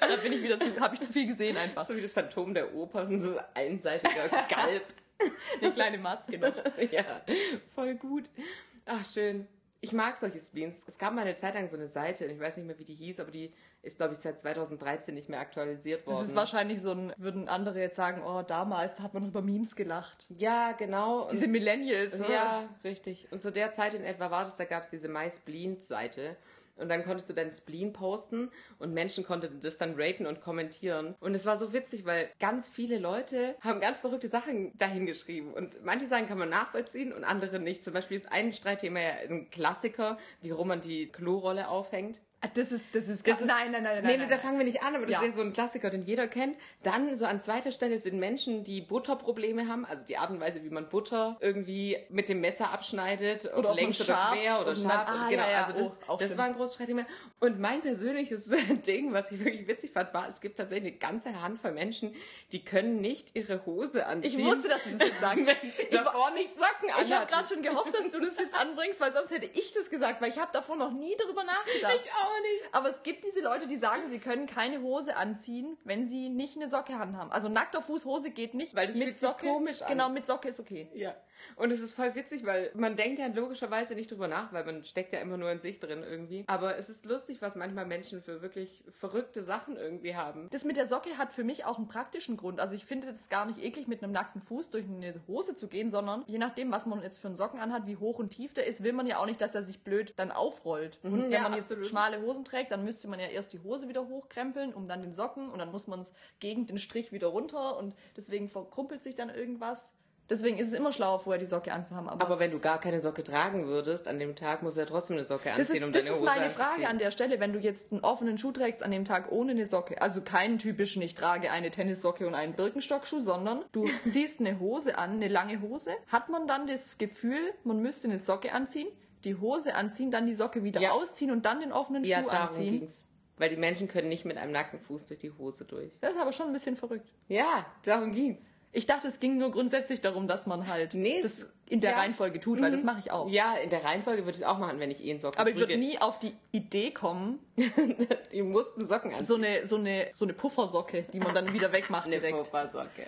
S1: da bin ich wieder zu, habe ich zu viel gesehen einfach.
S2: So wie das Phantom der Oper, so ein einseitiger Galb.
S1: Eine kleine Maske noch.
S2: ja, voll gut. Ach, schön. Ich mag solche Spleens. Es gab mal eine Zeit lang so eine Seite, ich weiß nicht mehr, wie die hieß, aber die ist, glaube ich, seit 2013 nicht mehr aktualisiert worden.
S1: Das ist wahrscheinlich so ein, würden andere jetzt sagen, oh, damals hat man noch über Memes gelacht.
S2: ja, genau. Und-
S1: Diese Millennials, ne?
S2: Ja, ah. richtig. Und zu der Zeit in etwa war das, da gab es diese My Spleen-Seite. Und dann konntest du deinen Spleen posten und Menschen konnten das dann raten und kommentieren. Und es war so witzig, weil ganz viele Leute haben ganz verrückte Sachen dahin geschrieben. Und manche Sachen kann man nachvollziehen und andere nicht. Zum Beispiel ist ein Streitthema ja ein Klassiker, wie rum man die Klorolle aufhängt.
S1: Ah, Das ist, das ist,
S2: Das ist-
S1: nein, nein, nein, nein.
S2: Nee, nee,
S1: nein,
S2: da
S1: nein.
S2: fangen wir nicht an, aber das
S1: Ja.
S2: ist ja so ein Klassiker, den jeder kennt. Dann so an zweiter Stelle sind Menschen, die Butterprobleme haben, also die Art und Weise, wie man Butter irgendwie mit dem Messer abschneidet
S1: Oder
S2: ob
S1: ob man
S2: längs oder
S1: schabt
S2: quer oder
S1: und dann-
S2: scharf.
S1: Ah,
S2: genau,
S1: ja, ja,
S2: also das,
S1: oh, auch
S2: das
S1: schlimm.
S2: war ein großes Streitthema. Und mein persönliches Ding, was ich wirklich witzig fand, war, es gibt tatsächlich eine ganze Handvoll Menschen, die können nicht ihre Hose
S1: Ich
S2: anziehen.
S1: wusste, dass du das jetzt sagst.
S2: wenn sie
S1: Ich war-
S2: davor nicht Socken
S1: Ich habe
S2: anhatten.
S1: gerade schon gehofft, dass du das jetzt anbringst, weil sonst hätte ich das gesagt, weil ich habe davor noch nie drüber nachgedacht.
S2: Ich auch nicht.
S1: Aber es gibt diese Leute, die sagen, sie können keine Hose anziehen, wenn sie nicht eine Socke anhaben. Also nackter Fuß Hose geht nicht,
S2: Weil das
S1: mit
S2: fühlt sich
S1: Socke.
S2: komisch an.
S1: Genau, mit Socke ist okay.
S2: Ja. Und es ist voll witzig, weil man denkt ja logischerweise nicht drüber nach, weil man steckt ja immer nur in sich drin irgendwie. Aber es ist lustig, was manchmal Menschen für wirklich verrückte Sachen irgendwie haben.
S1: Das mit der Socke hat für mich auch einen praktischen Grund. Also ich finde es gar nicht eklig, mit einem nackten Fuß durch eine Hose zu gehen, sondern je nachdem, was man jetzt für einen Socken anhat, wie hoch und tief der ist, will man ja auch nicht, dass er sich blöd dann aufrollt. und wenn
S2: Mhm, ja,
S1: man jetzt
S2: absolut.
S1: schmale Hosen trägt, dann müsste man ja erst die Hose wieder hochkrempeln, um dann den Socken und dann muss man es gegen den Strich wieder runter und deswegen verkrumpelt sich dann irgendwas. Deswegen ist es immer schlauer, vorher die Socke anzuhaben.
S2: Aber wenn du gar keine Socke tragen würdest, an dem Tag musst du ja trotzdem eine Socke anziehen,
S1: Das ist,
S2: um
S1: das
S2: deine
S1: ist
S2: Hose
S1: meine
S2: anzuziehen.
S1: Frage an der Stelle, wenn du jetzt einen offenen Schuh trägst an dem Tag ohne eine Socke, also keinen typischen, ich trage eine Tennissocke und einen Birkenstockschuh, sondern du ziehst eine Hose an, eine lange Hose, hat man dann das Gefühl, man müsste eine Socke anziehen, die Hose anziehen, dann die Socke wieder
S2: Ja.
S1: ausziehen und dann den offenen
S2: ja,
S1: Schuh
S2: darum
S1: anziehen.
S2: ging's. Weil die Menschen können nicht mit einem nackten Fuß durch die Hose durch.
S1: Das ist aber schon ein bisschen verrückt.
S2: Ja, darum ging's.
S1: Ich dachte, es ging nur grundsätzlich darum, dass man halt
S2: Nee,
S1: das
S2: es-
S1: in der
S2: ja. Mhm.
S1: Reihenfolge tut, weil das mache ich auch.
S2: Ja, in der Reihenfolge würde ich es auch machen, wenn ich eh einen Socken
S1: Aber ich würde
S2: trüge.
S1: nie auf die Idee kommen,
S2: Ihr mussten Socken anziehen.
S1: so eine, so eine, so eine Puffersocke, die man dann wieder wegmacht direkt.
S2: Puffersocke.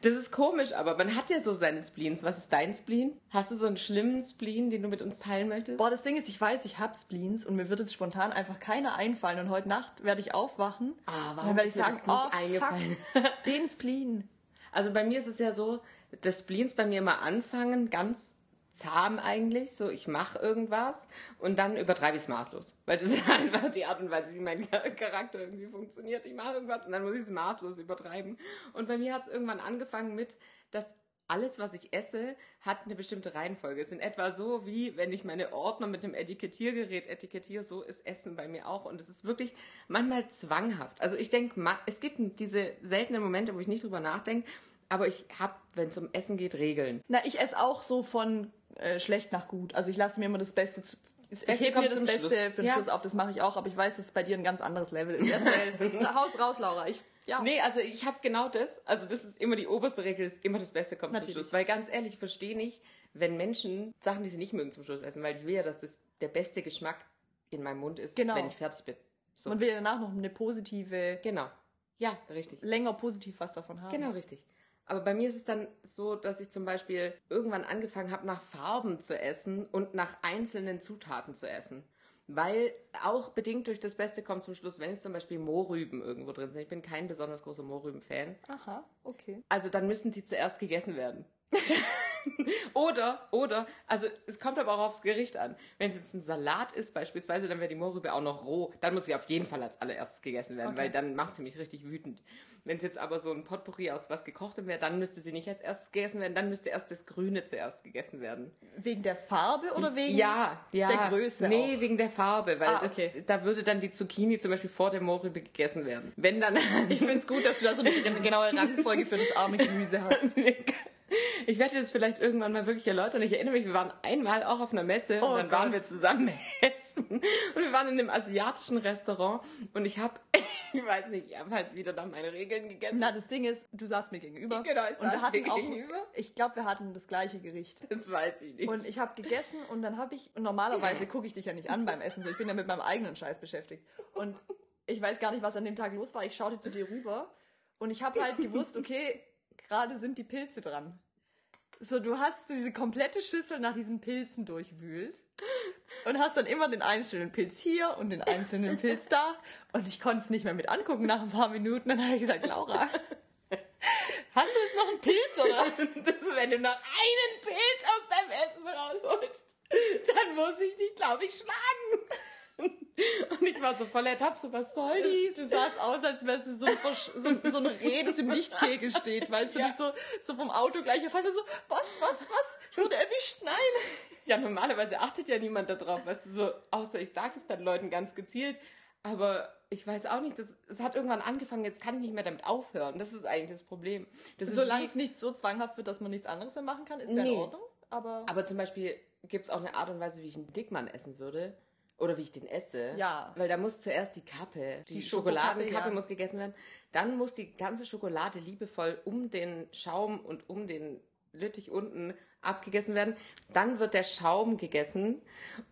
S2: Das ist komisch, aber man hat ja so seine Spleens. Was ist dein Spleen? Hast du so einen schlimmen Spleen, den du mit uns teilen möchtest?
S1: Boah, das Ding ist, ich weiß, ich hab Spleens und mir wird jetzt spontan einfach keiner einfallen und heute Nacht werde ich aufwachen.
S2: Ah,
S1: und dann werde ich
S2: ist mir
S1: sagen,
S2: das
S1: oh, Fuck, den Spleen.
S2: Also bei mir ist es ja so, dass Spleens bei mir immer anfangen, ganz zahm eigentlich, so ich mache irgendwas und dann übertreibe ich es maßlos. Weil das ist einfach die Art und Weise, wie mein Char- Charakter irgendwie funktioniert. Ich mache irgendwas und dann muss ich es maßlos übertreiben. Und bei mir hat es irgendwann angefangen mit, dass alles, was ich esse, hat eine bestimmte Reihenfolge. Es sind etwa so, wie wenn ich meine Ordner mit einem Etikettiergerät etikettiere, so ist Essen bei mir auch. Und es ist wirklich manchmal zwanghaft. Also ich denke, es gibt diese seltenen Momente, wo ich nicht drüber nachdenke, aber ich habe, wenn es um Essen geht, Regeln.
S1: Na, ich esse auch so von äh, schlecht nach gut. Also ich lasse mir immer das Beste zu. ich
S2: Beste
S1: hebe
S2: kommt
S1: mir das
S2: zum
S1: Beste
S2: Schluss.
S1: für den
S2: Ja.
S1: Schluss auf, das mache ich auch, aber ich weiß, dass es bei dir ein ganz anderes Level ist. Erzähl. Haus raus, Laura. Ich, ja.
S2: Nee, also ich habe genau das. Also das ist immer die oberste Regel, ist immer das Beste kommt
S1: Natürlich.
S2: zum Schluss. Weil ganz ehrlich, ich verstehe nicht, wenn Menschen Sachen, die sie nicht mögen, zum Schluss essen, weil ich will ja, dass das der beste Geschmack in meinem Mund ist,
S1: Genau.
S2: wenn ich fertig bin. So.
S1: Man will ja danach noch eine positive,
S2: genau. Ja, richtig.
S1: länger positiv was davon haben.
S2: Genau, richtig. Aber bei mir ist es dann so, dass ich zum Beispiel irgendwann angefangen habe, nach Farben zu essen und nach einzelnen Zutaten zu essen. Weil auch bedingt durch das Beste kommt zum Schluss, wenn jetzt zum Beispiel Mohrrüben irgendwo drin sind. Ich bin kein besonders großer Mohrrüben-Fan.
S1: Aha, okay.
S2: Also dann müssen die zuerst gegessen werden. oder, oder, also es kommt aber auch aufs Gericht an. Wenn es jetzt ein Salat ist beispielsweise, dann wäre die Mohrrübe auch noch roh. Dann muss sie auf jeden Fall als allererstes gegessen werden,
S1: Okay.
S2: weil dann macht sie mich richtig wütend. Wenn es jetzt aber so ein Potpourri aus was gekochtem wäre, dann müsste sie nicht als erstes gegessen werden, dann müsste erst das Grüne zuerst gegessen werden.
S1: Wegen der Farbe oder wegen?
S2: Ja, ja.
S1: der Größe
S2: Nee, wegen der Farbe, weil
S1: Ah,
S2: das,
S1: okay.
S2: da würde dann die Zucchini zum Beispiel vor der Mohrrübe gegessen werden. Wenn dann...
S1: Ich finde es gut, dass du da so eine genaue Rangfolge für das arme Gemüse hast.
S2: Ich werde das vielleicht irgendwann mal wirklich erläutern. Ich erinnere mich, wir waren einmal auch auf einer Messe
S1: Oh
S2: und dann
S1: Gott.
S2: waren wir zusammen essen. Und wir waren in einem asiatischen Restaurant und ich habe, ich weiß nicht, ich habe halt wieder nach meinen Regeln gegessen.
S1: Na, das Ding ist, du saßt mir gegenüber.
S2: Genau, ich
S1: und wir
S2: saß
S1: hatten
S2: dir
S1: auch,
S2: gegenüber.
S1: Ich glaube, wir hatten das gleiche Gericht.
S2: das weiß ich nicht.
S1: Und ich habe gegessen und dann habe ich, und normalerweise gucke ich dich ja nicht an beim Essen, so ich bin ja mit meinem eigenen Scheiß beschäftigt. Und ich weiß gar nicht, was an dem Tag los war. Ich schaute zu dir rüber und ich habe halt gewusst, okay, gerade sind die Pilze dran. So, du hast diese komplette Schüssel nach diesen Pilzen durchwühlt und hast dann immer den einzelnen Pilz hier und den einzelnen Pilz da. Und ich konnte es nicht mehr mit angucken nach ein paar Minuten. Dann habe ich gesagt, Laura, hast du jetzt noch einen Pilz oder?
S2: das, wenn du noch einen Pilz aus deinem Essen rausholst, dann muss ich dich, glaube ich, schlagen. Und ich war so voll ertappt, so was soll dies?
S1: Du sahst aus, als wärst du so, ein Versch- so, so ein Reh, das im Lichtkegel steht, weißt du,
S2: Ja.
S1: das so, so vom Auto gleich erfasst wird, so, was, was, was, ich wurde erwischt, nein.
S2: Ja, normalerweise achtet ja niemand darauf, weißt du, so, außer ich sage das dann Leuten ganz gezielt. Aber ich weiß auch nicht, das, es hat irgendwann angefangen, jetzt kann ich nicht mehr damit aufhören. Das ist eigentlich das Problem. Das ist
S1: Solange
S2: wie-
S1: es nicht so zwanghaft wird, dass man nichts anderes mehr machen kann, ist ja in
S2: Also Nee.
S1: Ordnung, aber
S2: aber zum Beispiel gibt es auch eine Art und Weise, wie ich einen Dickmann essen würde. Oder wie ich den esse.
S1: Ja.
S2: Weil da muss zuerst die Kappe, die,
S1: Die Schokokappe,
S2: Schokoladenkappe
S1: ja.
S2: muss gegessen werden. Dann muss die ganze Schokolade liebevoll um den Schaum und um den Lüttich unten abgegessen werden. Dann wird der Schaum gegessen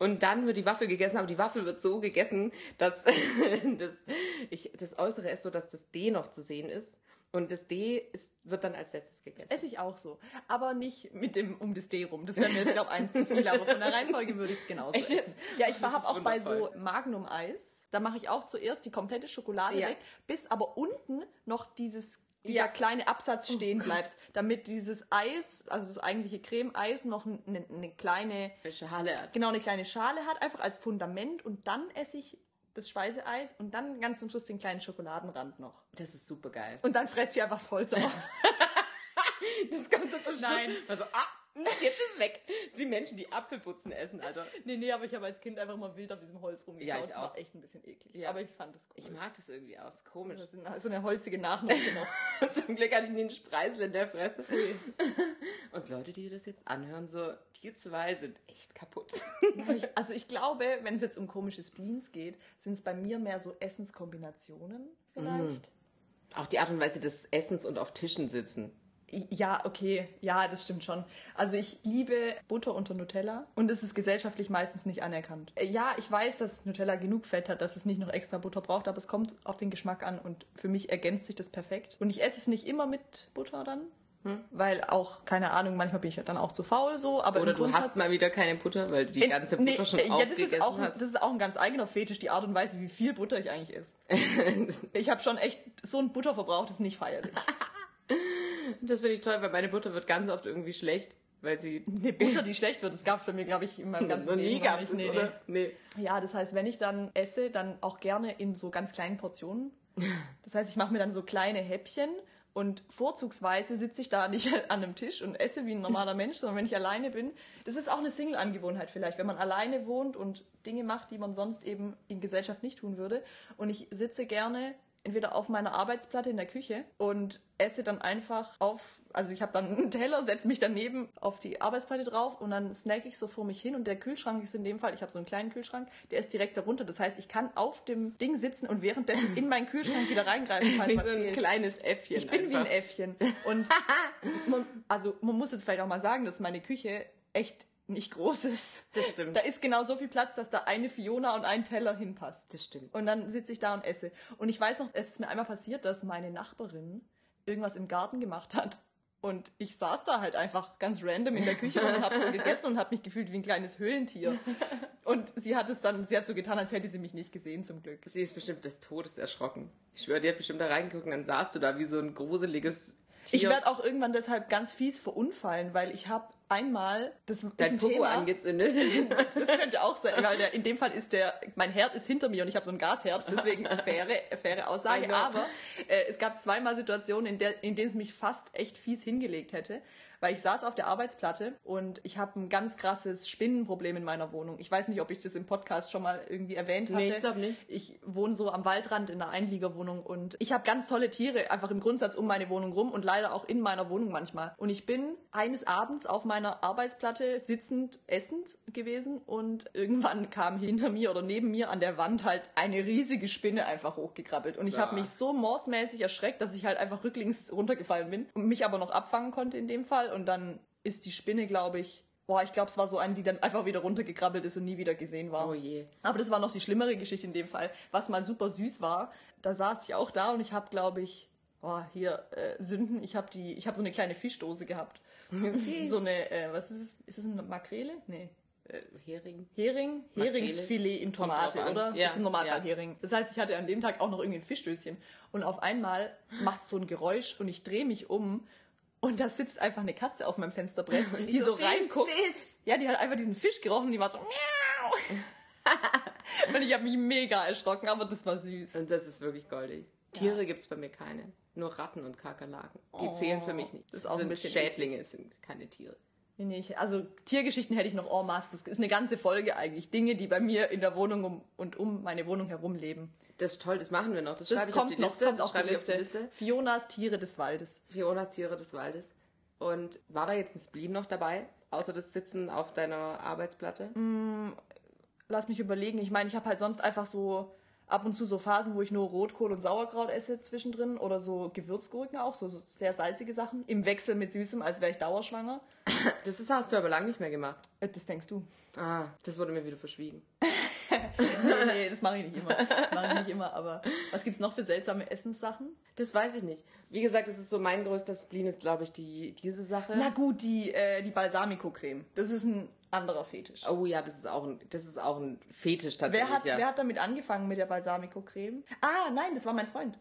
S2: und dann wird die Waffel gegessen. Aber die Waffel wird so gegessen, dass das, ich, das Äußere ist so, dass das D noch zu sehen ist. Und das D ist, wird dann als letztes gegessen.
S1: esse ich auch so. Aber nicht mit dem um das D rum, das wäre mir jetzt, glaube ich, eins zu viel, aber von der Reihenfolge würde ich es genauso
S2: Echt jetzt?
S1: essen. Ja, ich
S2: Das
S1: habe
S2: ist
S1: auch bei so
S2: wundervoll.
S1: Magnum-Eis, da mache ich auch zuerst die komplette Schokolade
S2: Ja.
S1: weg, bis aber unten noch dieses dieser
S2: Ja.
S1: kleine Absatz stehen bleibt, damit dieses Eis, also das eigentliche Creme-Eis, noch eine, eine kleine,
S2: Schale hat.
S1: genau eine kleine Schale hat, einfach als Fundament und dann esse ich das Speiseeis und dann ganz zum Schluss den kleinen Schokoladenrand noch.
S2: Das ist super geil.
S1: Und dann fresse ich einfach das Holz auf.
S2: Das kommt so zum Schluss.
S1: Nein.
S2: Also, ah, jetzt ist weg. Das ist wie Menschen, die Apfelputzen essen, Alter.
S1: Nee, nee, aber ich habe als Kind einfach mal wild auf diesem Holz rumgeklaut.
S2: Ja, ich
S1: Das war
S2: auch.
S1: echt ein bisschen eklig.
S2: Ja.
S1: Aber ich fand es cool.
S2: Ich mag das irgendwie aus. Komisch.
S1: das ist eine- so eine holzige Nachnote noch.
S2: Zum Glück hatte ich nie einen Spreisel in der Fresse. Und Leute, die das jetzt anhören, so, die zwei sind echt kaputt.
S1: Nein, ich- Also ich glaube, wenn es jetzt um komische Spleens geht, sind es bei mir mehr so Essenskombinationen vielleicht.
S2: Auch die Art und Weise des Essens und auf Tischen sitzen.
S1: I- Ja, okay. Ja, das stimmt schon. Also ich liebe Butter unter Nutella und es ist gesellschaftlich meistens nicht anerkannt. Äh, Ja, ich weiß, dass Nutella genug Fett hat, dass es nicht noch extra Butter braucht, aber es kommt auf den Geschmack an und für mich ergänzt sich das perfekt. Und ich esse es nicht immer mit Butter dann.
S2: Hm?
S1: Weil auch, keine Ahnung, manchmal bin ich ja dann auch zu faul so, aber
S2: Oder
S1: im
S2: du
S1: Grundsatz-
S2: hast mal wieder keine Butter, weil du die ganze Butter schon
S1: äh,
S2: aufgegessen
S1: ja, das ist, auch,
S2: hast.
S1: das ist auch ein ganz eigener Fetisch, die Art und Weise, wie viel Butter ich eigentlich esse. ich habe schon echt so einen Butterverbrauch, das ist nicht feierlich.
S2: Das finde ich toll, weil meine Butter wird ganz oft irgendwie schlecht, weil sie
S1: Eine Butter, die schlecht wird, das gab's bei mir, glaube ich, in meinem ganzen
S2: noch nie
S1: Leben.
S2: gab
S1: noch
S2: es,
S1: nicht. Nee,
S2: oder? Nee.
S1: nee. Ja, das heißt, wenn ich dann esse, dann auch gerne in so ganz kleinen Portionen. Das heißt, ich mache mir dann so kleine Häppchen und vorzugsweise sitze ich da nicht an einem Tisch und esse wie ein normaler Mensch, sondern wenn ich alleine bin. Das ist auch eine Single-Angewohnheit vielleicht, wenn man alleine wohnt und Dinge macht, die man sonst eben in Gesellschaft nicht tun würde. Und ich sitze gerne entweder auf meiner Arbeitsplatte in der Küche und esse dann einfach auf, also ich habe dann einen Teller, setze mich daneben auf die Arbeitsplatte drauf und dann snack ich so vor mich hin und der Kühlschrank ist in dem Fall, ich habe so einen kleinen Kühlschrank, der ist direkt darunter. Das heißt, ich kann auf dem Ding sitzen und währenddessen in meinen Kühlschrank wieder reingreifen, falls
S2: Wie
S1: was
S2: so ein
S1: fehlt.
S2: kleines Äffchen.
S1: Ich bin wie ein
S2: einfach.
S1: Äffchen. Und man, also man muss jetzt vielleicht auch mal sagen, dass meine Küche echt nicht groß ist.
S2: Das stimmt.
S1: Da ist genau so viel Platz, dass da eine Fiona und ein Teller hinpasst.
S2: Das stimmt.
S1: Und dann sitze ich da und esse. Und ich weiß noch, es ist mir einmal passiert, dass meine Nachbarin irgendwas im Garten gemacht hat. Und ich saß da halt einfach ganz random in der Küche und habe so gegessen und habe mich gefühlt wie ein kleines Höhlentier. Und sie hat es dann, sie hat so getan, als hätte sie mich nicht gesehen, zum Glück.
S2: Sie ist bestimmt des Todes erschrocken. Ich schwöre, die hat bestimmt da reingeguckt und dann saß du da wie so ein gruseliges Tier.
S1: Ich werde auch irgendwann deshalb ganz fies verunfallen, weil ich habe einmal, das ist
S2: dein
S1: ein
S2: Popo
S1: Thema,
S2: angezündet.
S1: das könnte auch sein, weil der, in dem Fall ist der, mein Herd ist hinter mir und ich habe so einen Gasherd, deswegen faire, faire
S2: I
S1: Aussage.
S2: know.
S1: Aber äh, es gab zweimal Situationen, in, der, in denen es mich fast echt fies hingelegt hätte, weil ich saß auf der Arbeitsplatte und ich habe ein ganz krasses Spinnenproblem in meiner Wohnung. Ich weiß nicht, ob ich das im Podcast schon mal irgendwie erwähnt hatte.
S2: Nee, ich glaub nicht.
S1: Ich wohne so am Waldrand in einer Einliegerwohnung und ich habe ganz tolle Tiere einfach im Grundsatz um meine Wohnung rum und leider auch in meiner Wohnung manchmal. Und ich bin eines Abends auf meiner Arbeitsplatte sitzend, essend gewesen und irgendwann kam hinter mir oder neben mir an der Wand halt eine riesige Spinne einfach hochgekrabbelt. Und ich habe
S2: Ja.
S1: mich so mordsmäßig erschreckt, dass ich halt einfach rücklings runtergefallen bin und mich aber noch abfangen konnte in dem Fall. Und dann ist die Spinne, glaube ich, boah, ich glaube, es war so eine, die dann einfach wieder runtergekrabbelt ist und nie wieder gesehen war.
S2: Oh je.
S1: Aber das war noch die schlimmere Geschichte in dem Fall, was mal super süß war. Da saß ich auch da und ich habe, glaube ich, oh, hier äh, Sünden. Ich habe die, ich habe so eine kleine Fischdose gehabt. so eine, äh, was ist es? Ist es eine Makrele? Nee.
S2: Äh, Hering.
S1: Hering,
S2: Makrele.
S1: Heringsfilet in
S2: Kommt drauf
S1: Tomate,
S2: an.
S1: oder?
S2: Ja,
S1: Das ist im Normalfall
S2: ja.
S1: Hering. Das heißt, ich hatte an dem Tag auch noch irgendwie ein Fischdöschen. Und auf einmal macht es so ein Geräusch und ich drehe mich um und da sitzt einfach eine Katze auf meinem Fensterbrett, die so,
S2: Fies,
S1: reinguckt.
S2: fies.
S1: Ja, die hat einfach diesen Fisch gerochen und die war so miau. und ich habe mich mega erschrocken, aber das war süß.
S2: Und das ist wirklich goldig. Tiere gibt's bei mir keine. Nur Ratten und Kakerlaken. Die
S1: Oh,
S2: zählen für mich nicht.
S1: das ist auch ein
S2: sind
S1: bisschen
S2: Schädlinge, es sind keine Tiere.
S1: Nee, nee, ich, also Tiergeschichten hätte ich noch en masse. Das ist eine ganze Folge eigentlich. Dinge, die bei mir in der Wohnung um, und um meine Wohnung herum leben.
S2: Das ist toll, das machen wir noch. Das,
S1: Das
S2: schreibe ich auf
S1: kommt
S2: die
S1: noch,
S2: Liste.
S1: kommt
S2: das
S1: auf die
S2: schreibe ich auf die
S1: Liste.
S2: Liste.
S1: Fionas Tiere des Waldes.
S2: Fionas Tiere des Waldes. Und war da jetzt ein Spleen noch dabei? Außer das Sitzen auf deiner Arbeitsplatte?
S1: Mhm. lass mich überlegen. Ich meine, ich habe halt sonst einfach so ab und zu so Phasen, wo ich nur Rotkohl und Sauerkraut esse zwischendrin oder so Gewürzgurken auch, so so sehr salzige Sachen. Im Wechsel mit Süßem, als wäre ich dauerschwanger.
S2: Das ist, hast du aber lange nicht mehr gemacht.
S1: Äh, Das denkst du.
S2: Ah, das wurde mir wieder verschwiegen.
S1: Nee, nee, das mache ich nicht immer. Mache ich nicht immer, aber was gibt's noch für seltsame Essenssachen?
S2: Das weiß ich nicht. Wie gesagt, das ist so mein größter Spleen, ist glaube ich die, diese Sache.
S1: Na gut, die, äh, die Balsamico-Creme. Das ist ein anderer Fetisch.
S2: Oh ja, das ist auch ein, das ist auch ein Fetisch tatsächlich.
S1: Wer hat,
S2: ja.
S1: wer hat damit angefangen mit der Balsamico-Creme? Ah, nein, das war mein Freund.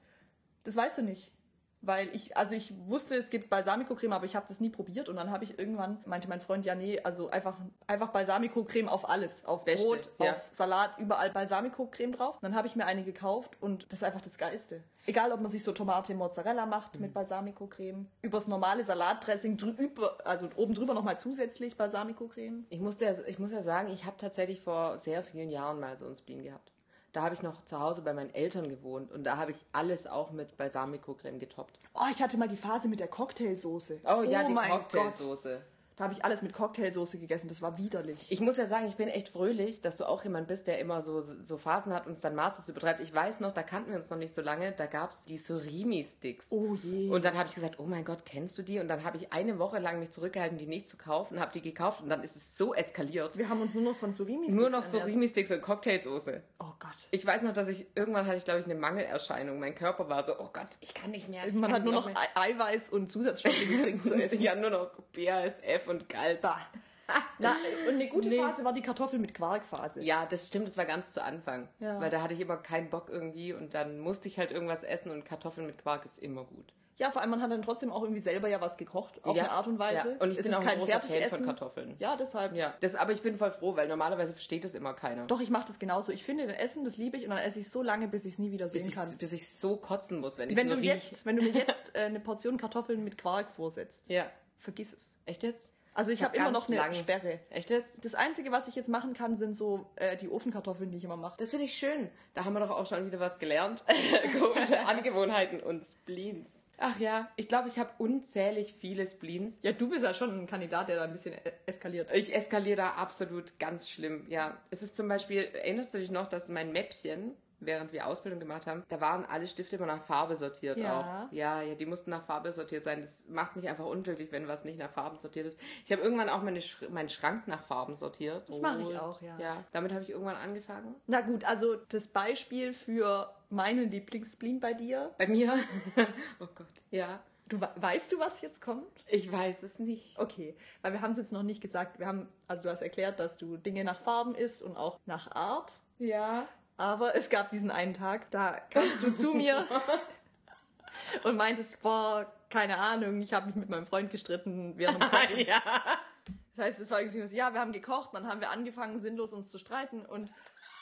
S1: Das weißt du nicht. Weil ich, also ich wusste, es gibt Balsamico-Creme, aber ich habe das nie probiert. Und dann habe ich irgendwann, meinte mein Freund, ja, nee, also einfach, einfach Balsamico-Creme auf alles. Auf
S2: Beste,
S1: Brot,
S2: ja.
S1: auf Salat, überall Balsamico-Creme drauf. Und dann habe ich mir eine gekauft und das ist einfach das Geilste. Egal, ob man sich so Tomate Mozzarella
S2: Mhm.
S1: macht mit Balsamico-Creme, übers normale Salatdressing, drüber, also oben drüber nochmal zusätzlich Balsamico-Creme.
S2: Ich muss, ja, ich muss ja sagen, ich habe tatsächlich vor sehr vielen Jahren mal so einen Spleen gehabt. Da habe ich noch zu Hause bei meinen Eltern gewohnt und da habe ich alles auch mit Balsamico-Creme getoppt.
S1: Oh, ich hatte mal die Phase mit der Cocktailsoße.
S2: Oh ja, die
S1: mein Gott.
S2: Cocktailsoße.
S1: Da habe ich alles mit Cocktailsoße gegessen. Das war widerlich.
S2: Ich muss ja sagen, ich bin echt fröhlich, dass du auch jemand bist, der immer so, so Phasen hat und es dann maßlos übertreibt. Ich weiß noch, da kannten wir uns noch nicht so lange, da gab es die Surimi-Sticks.
S1: Oh je.
S2: Und dann habe ich gesagt, oh mein Gott, kennst du die? Und dann habe ich eine Woche lang mich zurückgehalten, die nicht zu kaufen, habe die gekauft und dann ist es so eskaliert.
S1: wir haben uns nur noch von Surimi.
S2: Nur noch Surimi-Sticks und Cocktailsoße.
S1: Oh Gott.
S2: Ich weiß noch, dass ich irgendwann hatte ich, glaube ich, eine Mangelerscheinung. Mein Körper war so, oh Gott, ich kann nicht mehr. ich
S1: Man
S2: kann
S1: hat nur noch
S2: mehr.
S1: Ei- Eiweiß und Zusatzstoffe gekriegt zu essen.
S2: ja, nur noch BASF und Galba.
S1: Bah. Na, und eine gute
S2: Nee.
S1: Phase war die Kartoffel mit Quarkphase.
S2: Ja, das stimmt, das war ganz zu Anfang.
S1: Ja.
S2: Weil da hatte ich immer keinen Bock irgendwie und dann musste ich halt irgendwas essen und Kartoffeln mit Quark ist immer gut.
S1: ja, vor allem man hat dann trotzdem auch irgendwie selber ja was gekocht auf
S2: ja.
S1: eine Art und Weise.
S2: Ja. Und ich
S1: es
S2: bin
S1: ist
S2: auch
S1: kein
S2: ein großer Fan
S1: Fertigessen.
S2: von Kartoffeln.
S1: Ja, deshalb.
S2: Ja. Das, aber ich bin voll froh, weil normalerweise versteht das immer keiner.
S1: Doch ich mache das genauso. Ich finde das Essen, das liebe ich und dann esse ich so lange, bis ich es nie wieder
S2: Bis
S1: sehen
S2: ich,
S1: kann.
S2: bis ich so kotzen muss, wenn ich
S1: Wenn
S2: nur
S1: du
S2: riech.
S1: jetzt, wenn du mir jetzt äh, eine Portion Kartoffeln mit Quark vorsetzt,
S2: Ja.
S1: vergiss es.
S2: Echt jetzt?
S1: Also ich
S2: Ich hab
S1: habe immer
S2: ganz
S1: noch eine
S2: lang-
S1: Sperre.
S2: Echt jetzt?
S1: Das Einzige, was ich jetzt machen kann, sind so äh, die Ofenkartoffeln, die ich immer mache.
S2: Das finde ich schön. Da haben wir doch auch schon wieder was gelernt. Komische Angewohnheiten und Spleens. Ach ja, ich glaube, ich habe unzählig viele Spleens.
S1: Ja, du bist ja schon ein Kandidat, der da ein bisschen äh, eskaliert.
S2: Ich eskaliere da absolut ganz schlimm, ja. Es ist zum Beispiel, erinnerst du dich noch, dass mein Mäppchen, während wir Ausbildung gemacht haben, da waren alle Stifte immer nach Farbe sortiert
S1: Ja.
S2: auch. Ja, ja, die mussten nach Farbe sortiert sein. Das macht mich einfach unglücklich, wenn was nicht nach Farben sortiert ist. Ich habe irgendwann auch meine Sch meinen Schrank nach Farben sortiert.
S1: Das mache ich auch, ja.
S2: Ja, damit habe ich irgendwann angefangen.
S1: Na gut, also das Beispiel für meinen Lieblingsspleen bei dir.
S2: Bei mir. oh Gott. Ja.
S1: Du we- weißt du, was jetzt kommt?
S2: Ich weiß es nicht.
S1: Okay, weil wir haben es jetzt noch nicht gesagt. Wir haben, also du hast erklärt, dass du Dinge nach Farben isst und auch nach Art.
S2: Ja.
S1: Aber es gab diesen einen Tag, da kamst du zu mir und meintest, boah, keine Ahnung, ich habe mich mit meinem Freund gestritten während dem Kochen.
S2: ja.
S1: Das heißt, es war irgendwie so, ja, wir haben gekocht, dann haben wir angefangen, sinnlos uns zu streiten und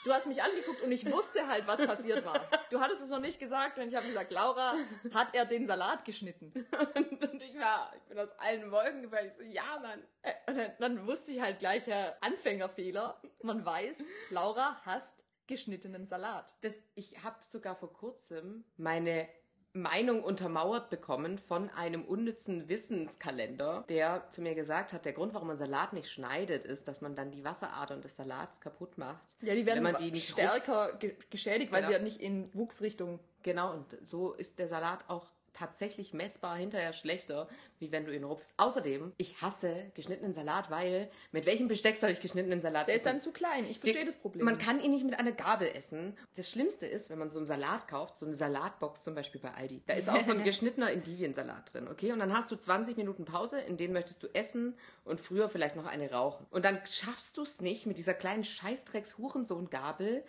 S1: du hast mich angeguckt und ich wusste halt, was passiert war. Du hattest es noch nicht gesagt und ich habe gesagt, Laura, hat er den Salat geschnitten?
S2: Und ich war, ich bin aus allen Wolken gefallen. Ich so, ja, Mann.
S1: Äh, Und dann, dann wusste ich halt gleich, ja, Anfängerfehler. Man weiß, Laura hasst geschnittenen Salat.
S2: Das, ich habe sogar vor kurzem meine Meinung untermauert bekommen von einem unnützen Wissenskalender, der zu mir gesagt hat, der Grund, warum man Salat nicht schneidet, ist, dass man dann die Wasseradern des Salats kaputt macht.
S1: Ja, die werden
S2: wenn man die nicht Genau. rupft.
S1: stärker ge geschädigt, weil
S2: Ja.
S1: sie ja nicht in Wuchsrichtung.
S2: Genau, und so ist der Salat auch tatsächlich messbar hinterher schlechter, wie wenn du ihn rupfst. Außerdem, ich hasse geschnittenen Salat, weil mit welchem Besteck soll ich geschnittenen Salat
S1: Der ist
S2: essen?
S1: dann zu klein. Ich verstehe das Problem.
S2: Man kann ihn nicht mit einer Gabel essen. Das Schlimmste ist, wenn man so einen Salat kauft, so eine Salatbox zum Beispiel bei Aldi. Da ist auch so ein geschnittener Indiensalat drin, okay? Und dann hast du 20 Minuten Pause, in denen möchtest du essen und früher vielleicht noch eine rauchen. Und dann schaffst du es nicht, mit dieser kleinen Scheißdrecks-Hurensohn-Gabel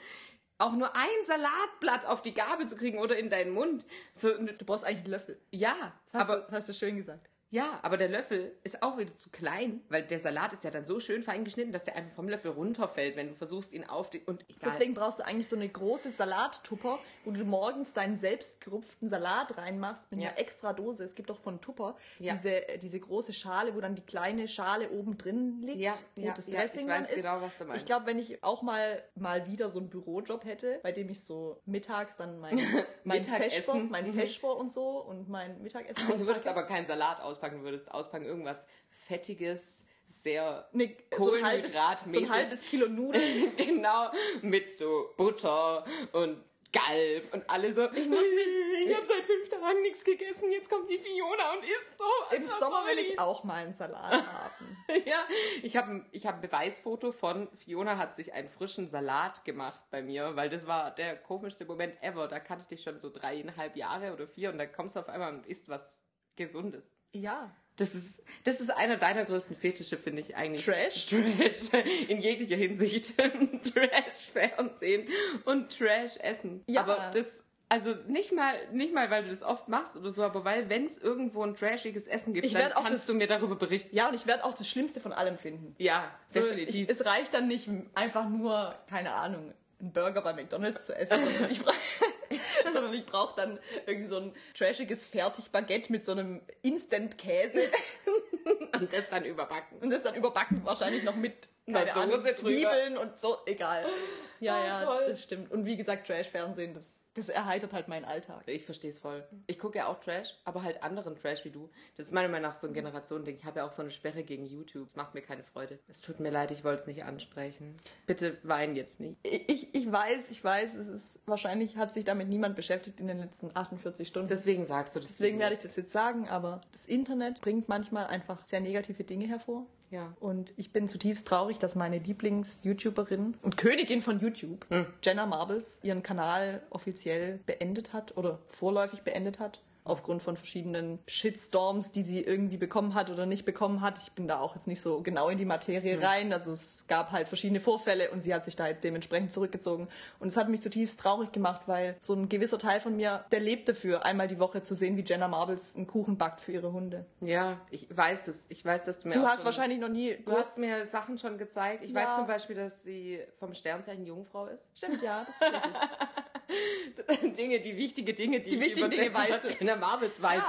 S2: auch nur ein Salatblatt auf die Gabel zu kriegen oder in deinen Mund. So,
S1: du brauchst eigentlich einen Löffel.
S2: ja,
S1: Das hast,
S2: aber
S1: du, das hast du schön gesagt.
S2: ja, aber der Löffel ist auch wieder zu klein, weil der Salat ist ja dann so schön fein geschnitten, dass der einfach vom Löffel runterfällt, wenn du versuchst, ihn auf die. Und egal.
S1: Deswegen brauchst du eigentlich so eine große Salattupper, wo du morgens deinen selbst gerupften Salat reinmachst mit
S2: Ja.
S1: einer extra Dose. Es gibt auch von Tupper
S2: Ja.
S1: diese, äh, diese große Schale, wo dann die kleine Schale oben drin liegt,
S2: Ja,
S1: wo
S2: ja,
S1: das
S2: ja,
S1: Dressing
S2: ich weiß
S1: dann ist.
S2: genau, was du meinst.
S1: Ich glaube, wenn ich auch mal mal wieder so einen Bürojob hätte, bei dem ich so mittags dann mein, mein
S2: Mittagessen.
S1: Feschbor, mein
S2: Mhm.
S1: Feschbor und so und mein Mittagessen.
S2: Also du würdest
S1: anpacke.
S2: aber keinen Salat auspacken, würdest auspacken irgendwas Fettiges, sehr
S1: Nee, so ein, halbes, so
S2: Kohlenhydratmäßig.
S1: ein halbes Kilo Nudeln.
S2: genau, mit so Butter und Galb und alle so. Ich muss mich. Ich habe seit fünf Tagen nichts gegessen, jetzt kommt die Fiona und isst so. als
S1: Im
S2: was
S1: Sommer will
S2: soll
S1: ich auch mal einen Salat haben.
S2: Ja, ich habe ich hab ein Beweisfoto von Fiona hat sich einen frischen Salat gemacht bei mir, weil das war der komischste Moment ever. Da kannte ich dich schon so dreieinhalb Jahre oder vier und dann kommst du auf einmal und isst was Gesundes.
S1: Ja.
S2: Das ist, das ist einer deiner größten Fetische, finde ich eigentlich.
S1: Trash?
S2: Trash. In jeglicher Hinsicht. Trash-Fernsehen und Trash-Essen.
S1: Ja.
S2: Aber das, also nicht mal, nicht mal, weil du das oft machst oder so, aber weil, wenn es irgendwo ein trashiges Essen gibt,
S1: Ich
S2: dann
S1: werd auch das-
S2: kannst du mir darüber berichten.
S1: Ja, und ich werde auch das Schlimmste von allem finden.
S2: Ja,
S1: So,
S2: definitiv.
S1: ich, es reicht dann nicht einfach nur, keine Ahnung, einen Burger bei McDonalds zu essen, sondern ich, bra- sondern ich brauche dann irgendwie so ein trashiges Fertigbaguette mit so einem Instant-Käse
S2: und das dann überbacken.
S1: und das dann überbacken, wahrscheinlich noch mit
S2: Na,
S1: keine Ahnung,
S2: Soße drüber.
S1: Zwiebeln und so, egal. Ja,
S2: Oh,
S1: ja,
S2: toll.
S1: das stimmt. Und wie gesagt, Trash-Fernsehen, das, das erheitert halt meinen Alltag.
S2: Ich verstehe es voll. Ich gucke ja auch Trash, aber halt anderen Trash wie du. Das ist meiner Meinung nach so ein Generationending. Ich habe ja auch so eine Sperre gegen YouTube. Es macht mir keine Freude. Es tut mir leid, ich wollte es nicht ansprechen. Bitte wein jetzt nicht.
S1: Ich, ich, ich weiß, ich weiß, es ist, wahrscheinlich hat sich damit niemand beschäftigt in den letzten 48 Stunden.
S2: Deswegen sagst du das.
S1: Deswegen werde ich das jetzt sagen, aber das Internet bringt manchmal einfach sehr negative Dinge hervor.
S2: Ja.
S1: Und ich bin zutiefst traurig, dass meine Lieblings-YouTuberin und Königin von YouTube,
S2: Hm.
S1: Jenna Marbles, ihren Kanal offiziell beendet hat oder vorläufig beendet hat. Aufgrund von verschiedenen Shitstorms, die sie irgendwie bekommen hat oder nicht bekommen hat. Ich bin da auch jetzt nicht so genau in die Materie
S2: Hm.
S1: rein. Also es gab halt verschiedene Vorfälle und sie hat sich da jetzt dementsprechend zurückgezogen. Und es hat mich zutiefst traurig gemacht, weil so ein gewisser Teil von mir, der lebt dafür, einmal die Woche zu sehen, wie Jenna Marbles einen Kuchen backt für ihre Hunde.
S2: Ja, ich weiß das. Ich weiß, dass du mir.
S1: Du
S2: auch
S1: hast
S2: schon-
S1: wahrscheinlich noch nie.
S2: Du hast mir Sachen schon gezeigt. Ich
S1: Ja.
S2: weiß zum Beispiel, dass sie vom Sternzeichen Jungfrau ist.
S1: Stimmt, ja, das ist richtig.
S2: Dinge, die wichtige Dinge, die,
S1: Die
S2: ich
S1: wichtigen
S2: über
S1: Dinge
S2: Jenna-
S1: weißt du.
S2: Jenna Marbles weiß.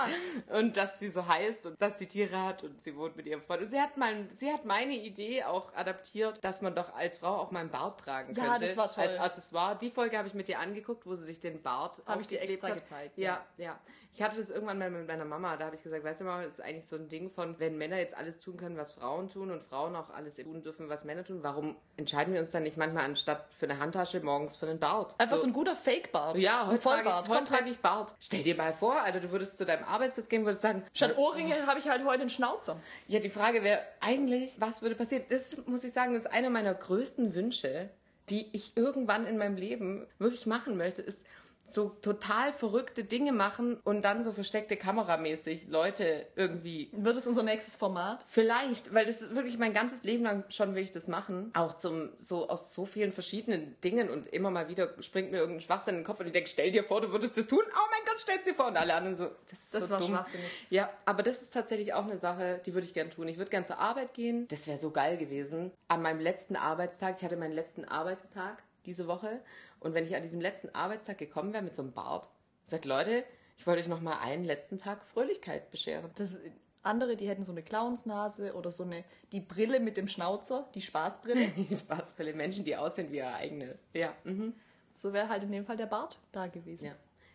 S2: Und dass sie so heißt und dass sie Tiere hat und sie wohnt mit ihrem Freund. Und sie hat, mein, sie hat meine Idee auch adaptiert, dass man doch als Frau auch mal einen Bart tragen
S1: Ja,
S2: könnte.
S1: das war toll.
S2: Als Accessoire. Die Folge habe ich mit dir angeguckt, wo sie sich den Bart
S1: Habe ich dir
S2: aufgeklebt
S1: extra
S2: hat.
S1: gezeigt,
S2: Ja, ja. Ich hatte das irgendwann mal mit meiner Mama. Da habe ich gesagt, weißt du, Mama, das ist eigentlich so ein Ding von, wenn Männer jetzt alles tun können, was Frauen tun und Frauen auch alles tun dürfen, was Männer tun, warum entscheiden wir uns dann nicht manchmal anstatt für eine Handtasche morgens für einen Bart?
S1: Einfach so, ein guter Fake-Bart.
S2: ja,
S1: ein
S2: heute trage,
S1: Vollbart.
S2: ich, heute
S1: komplett.
S2: trage ich Bart. Stell dir mal vor, Alter, du würdest zu deinem Arbeitsplatz gehen, würdest sagen,
S1: Statt Ohrringe habe ich halt heute einen Schnauzer.
S2: ja, die Frage wäre eigentlich, was würde passieren? Das muss ich sagen, das ist einer meiner größten Wünsche, die ich irgendwann in meinem Leben wirklich machen möchte, ist so total verrückte Dinge machen und dann so versteckte kameramäßig Leute irgendwie
S1: Wird es unser nächstes Format?
S2: Vielleicht, weil das ist wirklich mein ganzes Leben lang schon will ich das machen. Auch zum so aus so vielen verschiedenen Dingen und immer mal wieder springt mir irgendein Schwachsinn in den Kopf und ich denke, stell dir vor, du würdest das tun. Oh mein Gott, stell's dir vor. Und alle anderen so, das ist
S1: Das
S2: so
S1: war
S2: dumm.
S1: schwachsinnig.
S2: Ja, aber das ist tatsächlich auch eine Sache, die würde ich gern tun. Ich würde gern zur Arbeit gehen. Das wäre so geil gewesen. An meinem letzten Arbeitstag, ich hatte meinen letzten Arbeitstag diese Woche und wenn ich an diesem letzten Arbeitstag gekommen wäre mit so einem Bart, sagt Leute, ich wollte euch noch mal einen letzten Tag Fröhlichkeit bescheren.
S1: Das andere, die hätten so eine Clownsnase oder so eine, die Brille mit dem Schnauzer, die Spaßbrille.
S2: Spaß für die Menschen, die aussehen wie ihre eigene. Ja. Mhm.
S1: So wäre halt in dem Fall der Bart da gewesen.
S2: ja.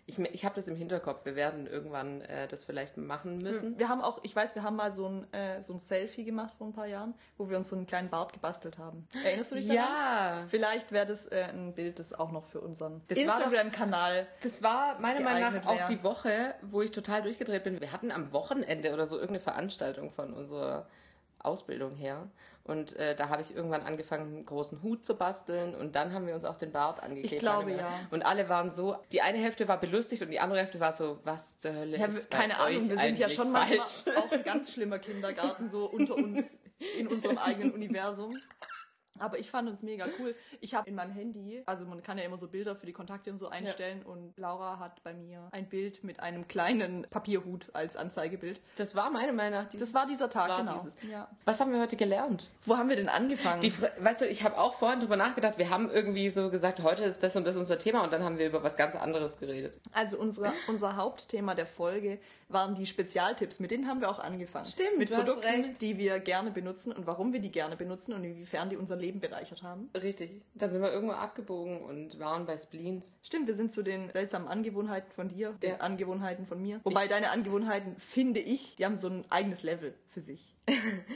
S2: Ich, me- ich habe das im Hinterkopf. Wir werden irgendwann äh, das vielleicht machen müssen.
S1: Wir haben auch, ich weiß, wir haben mal so ein, äh, so ein Selfie gemacht vor ein paar Jahren, wo wir uns so einen kleinen Bart gebastelt haben. Erinnerst du dich daran?
S2: Ja.
S1: Vielleicht wäre das äh, ein Bild, das auch noch für unseren
S2: war doch-
S1: Instagram-Kanal.
S2: Das war meiner Meinung nach
S1: Geeignet
S2: auch
S1: wär.
S2: die Woche, wo ich total durchgedreht bin. Wir hatten am Wochenende oder so irgendeine Veranstaltung von unserer Ausbildung her. Und äh, da habe ich irgendwann angefangen, einen großen Hut zu basteln. Und dann haben wir uns auch den Bart angeklebt.
S1: glaube,
S2: meine Männer.
S1: ja.
S2: Und alle waren so, die eine Hälfte war belustigt und die andere Hälfte war so, was zur Hölle
S1: Ja,
S2: ist bei
S1: keine Ahnung,
S2: euch
S1: wir sind ja
S2: eigentlich
S1: schon
S2: falsch?
S1: manchmal auch ein ganz schlimmer Kindergarten, so unter uns in unserem eigenen Universum. Aber ich fand uns mega cool. Ich habe in meinem Handy, also man kann ja immer so Bilder für die Kontakte und so einstellen und Laura hat bei mir ein Bild mit einem kleinen Papierhut als Anzeigebild.
S2: Das war meiner Meinung nach dieses,
S1: Das war dieser Tag,
S2: war
S1: genau.
S2: dieses.
S1: Ja.
S2: Was haben wir heute gelernt?
S1: Wo haben wir denn angefangen?
S2: Die, Fra- weißt du, ich habe auch vorhin drüber nachgedacht, wir haben irgendwie so gesagt, heute ist das und das unser Thema und dann haben wir über was ganz anderes geredet.
S1: also unsere, unser Hauptthema der Folge waren die Spezialtipps. Mit denen haben wir auch angefangen.
S2: Stimmt,
S1: Mit
S2: du hast
S1: Produkten,
S2: recht.
S1: die wir gerne benutzen und warum wir die gerne benutzen und inwiefern die unser Leben bereichert haben.
S2: Richtig. Dann sind wir irgendwo abgebogen und waren bei Spleens.
S1: Stimmt, wir sind zu den seltsamen Angewohnheiten von dir, den
S2: Ja.
S1: Angewohnheiten von mir. Wobei deine Angewohnheiten, finde ich, die haben so ein eigenes Level für sich.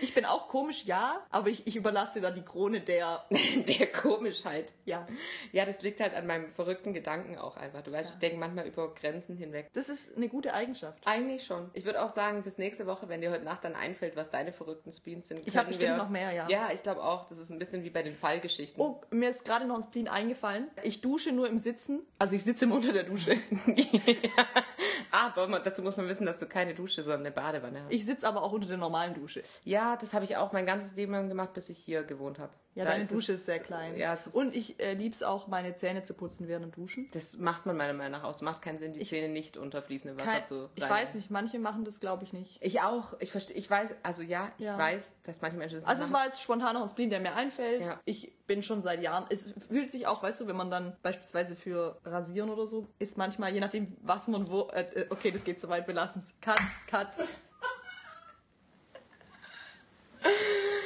S1: ich bin auch komisch, ja, aber ich, ich überlasse da die Krone der,
S2: Der Komischheit.
S1: ja.
S2: Ja, das liegt halt an meinem verrückten Gedanken auch einfach. Du weißt, ich denke manchmal über Grenzen hinweg.
S1: Das ist eine gute Eigenschaft.
S2: Eigentlich schon. Ich würde auch sagen, bis nächste Woche, wenn dir heute Nacht dann einfällt, was deine verrückten Spleens sind.
S1: Ich hab
S2: können
S1: bestimmt
S2: wir-
S1: noch mehr, ja.
S2: Ja, ich glaube auch. Das ist ein bisschen wie bei den Fallgeschichten.
S1: Oh, mir ist gerade noch ein Spleen eingefallen. Ich dusche nur im Sitzen. Also ich sitze immer unter der Dusche.
S2: Aber man- dazu muss man wissen, dass du keine Dusche, sondern eine Badewanne hast.
S1: Ich sitze aber auch unter der normalen Dusche.
S2: Ja, das habe ich auch mein ganzes Leben lang gemacht, bis ich hier gewohnt habe.
S1: Ja,
S2: Da
S1: deine
S2: ist
S1: Dusche
S2: es-
S1: ist sehr klein.
S2: Ja, es ist,
S1: Und ich äh, lieb's auch, meine Zähne zu putzen während dem Duschen.
S2: das macht man meiner Meinung nach aus. Macht keinen Sinn, die Zähne nicht unter fließendem Wasser
S1: Kein,
S2: zu reinigen.
S1: ich weiß nicht, manche machen das, glaube ich, nicht.
S2: Ich auch. Ich verstehe. Ich weiß. Also ja, ich
S1: Ja.
S2: weiß, dass manche Menschen das
S1: Also es
S2: machen.
S1: war jetzt spontan noch ein Spleen, der mir einfällt.
S2: Ja.
S1: Ich bin schon seit Jahren. Es fühlt sich auch, weißt du, wenn man dann beispielsweise für Rasieren oder so, ist manchmal, je nachdem, was man wo. Äh, äh, okay, das geht zu weit, wir lassen es. Cut, cut.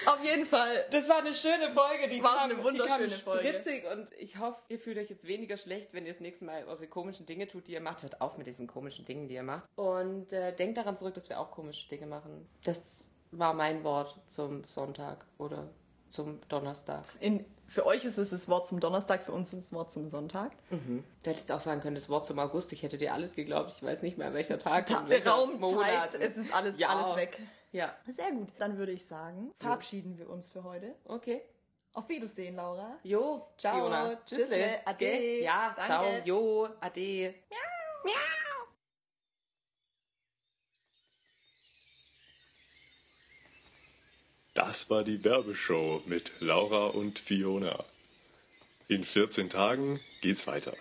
S1: Auf jeden Fall.
S2: das war eine schöne Folge. Die
S1: War
S2: war
S1: es
S2: eine
S1: eine
S2: wunderschöne
S1: wunderschöne
S2: die kam
S1: Folge.
S2: spritzig und ich hoffe, ihr fühlt euch jetzt weniger schlecht, wenn ihr das nächste Mal eure komischen Dinge tut, die ihr macht. Hört auf mit diesen komischen Dingen, die ihr macht. Und äh, denkt daran zurück, dass wir auch komische Dinge machen. Das war mein Wort zum Sonntag oder zum Donnerstag.
S1: In, für euch ist es das Wort zum Donnerstag, für uns ist es das Wort zum Sonntag.
S2: Du hättest auch sagen können, das Wort zum August, ich hätte dir alles geglaubt, ich weiß nicht mehr welcher Tag.
S1: Ta
S2: und welcher
S1: Raum,
S2: Monat.
S1: Zeit, es ist alles,
S2: Ja.
S1: alles weg.
S2: Ja,
S1: Sehr gut. Dann würde ich sagen, verabschieden wir uns für heute.
S2: okay.
S1: Auf Wiedersehen, Laura.
S2: Jo,
S1: Ciao,
S2: Fiona.
S1: tschüssle,
S2: Gell?
S1: ade.
S2: Ja,
S1: Danke.
S2: ciao, jo, ade.
S3: Das war die Werbeshow mit Laura und Fiona. In 14 Tagen geht's weiter.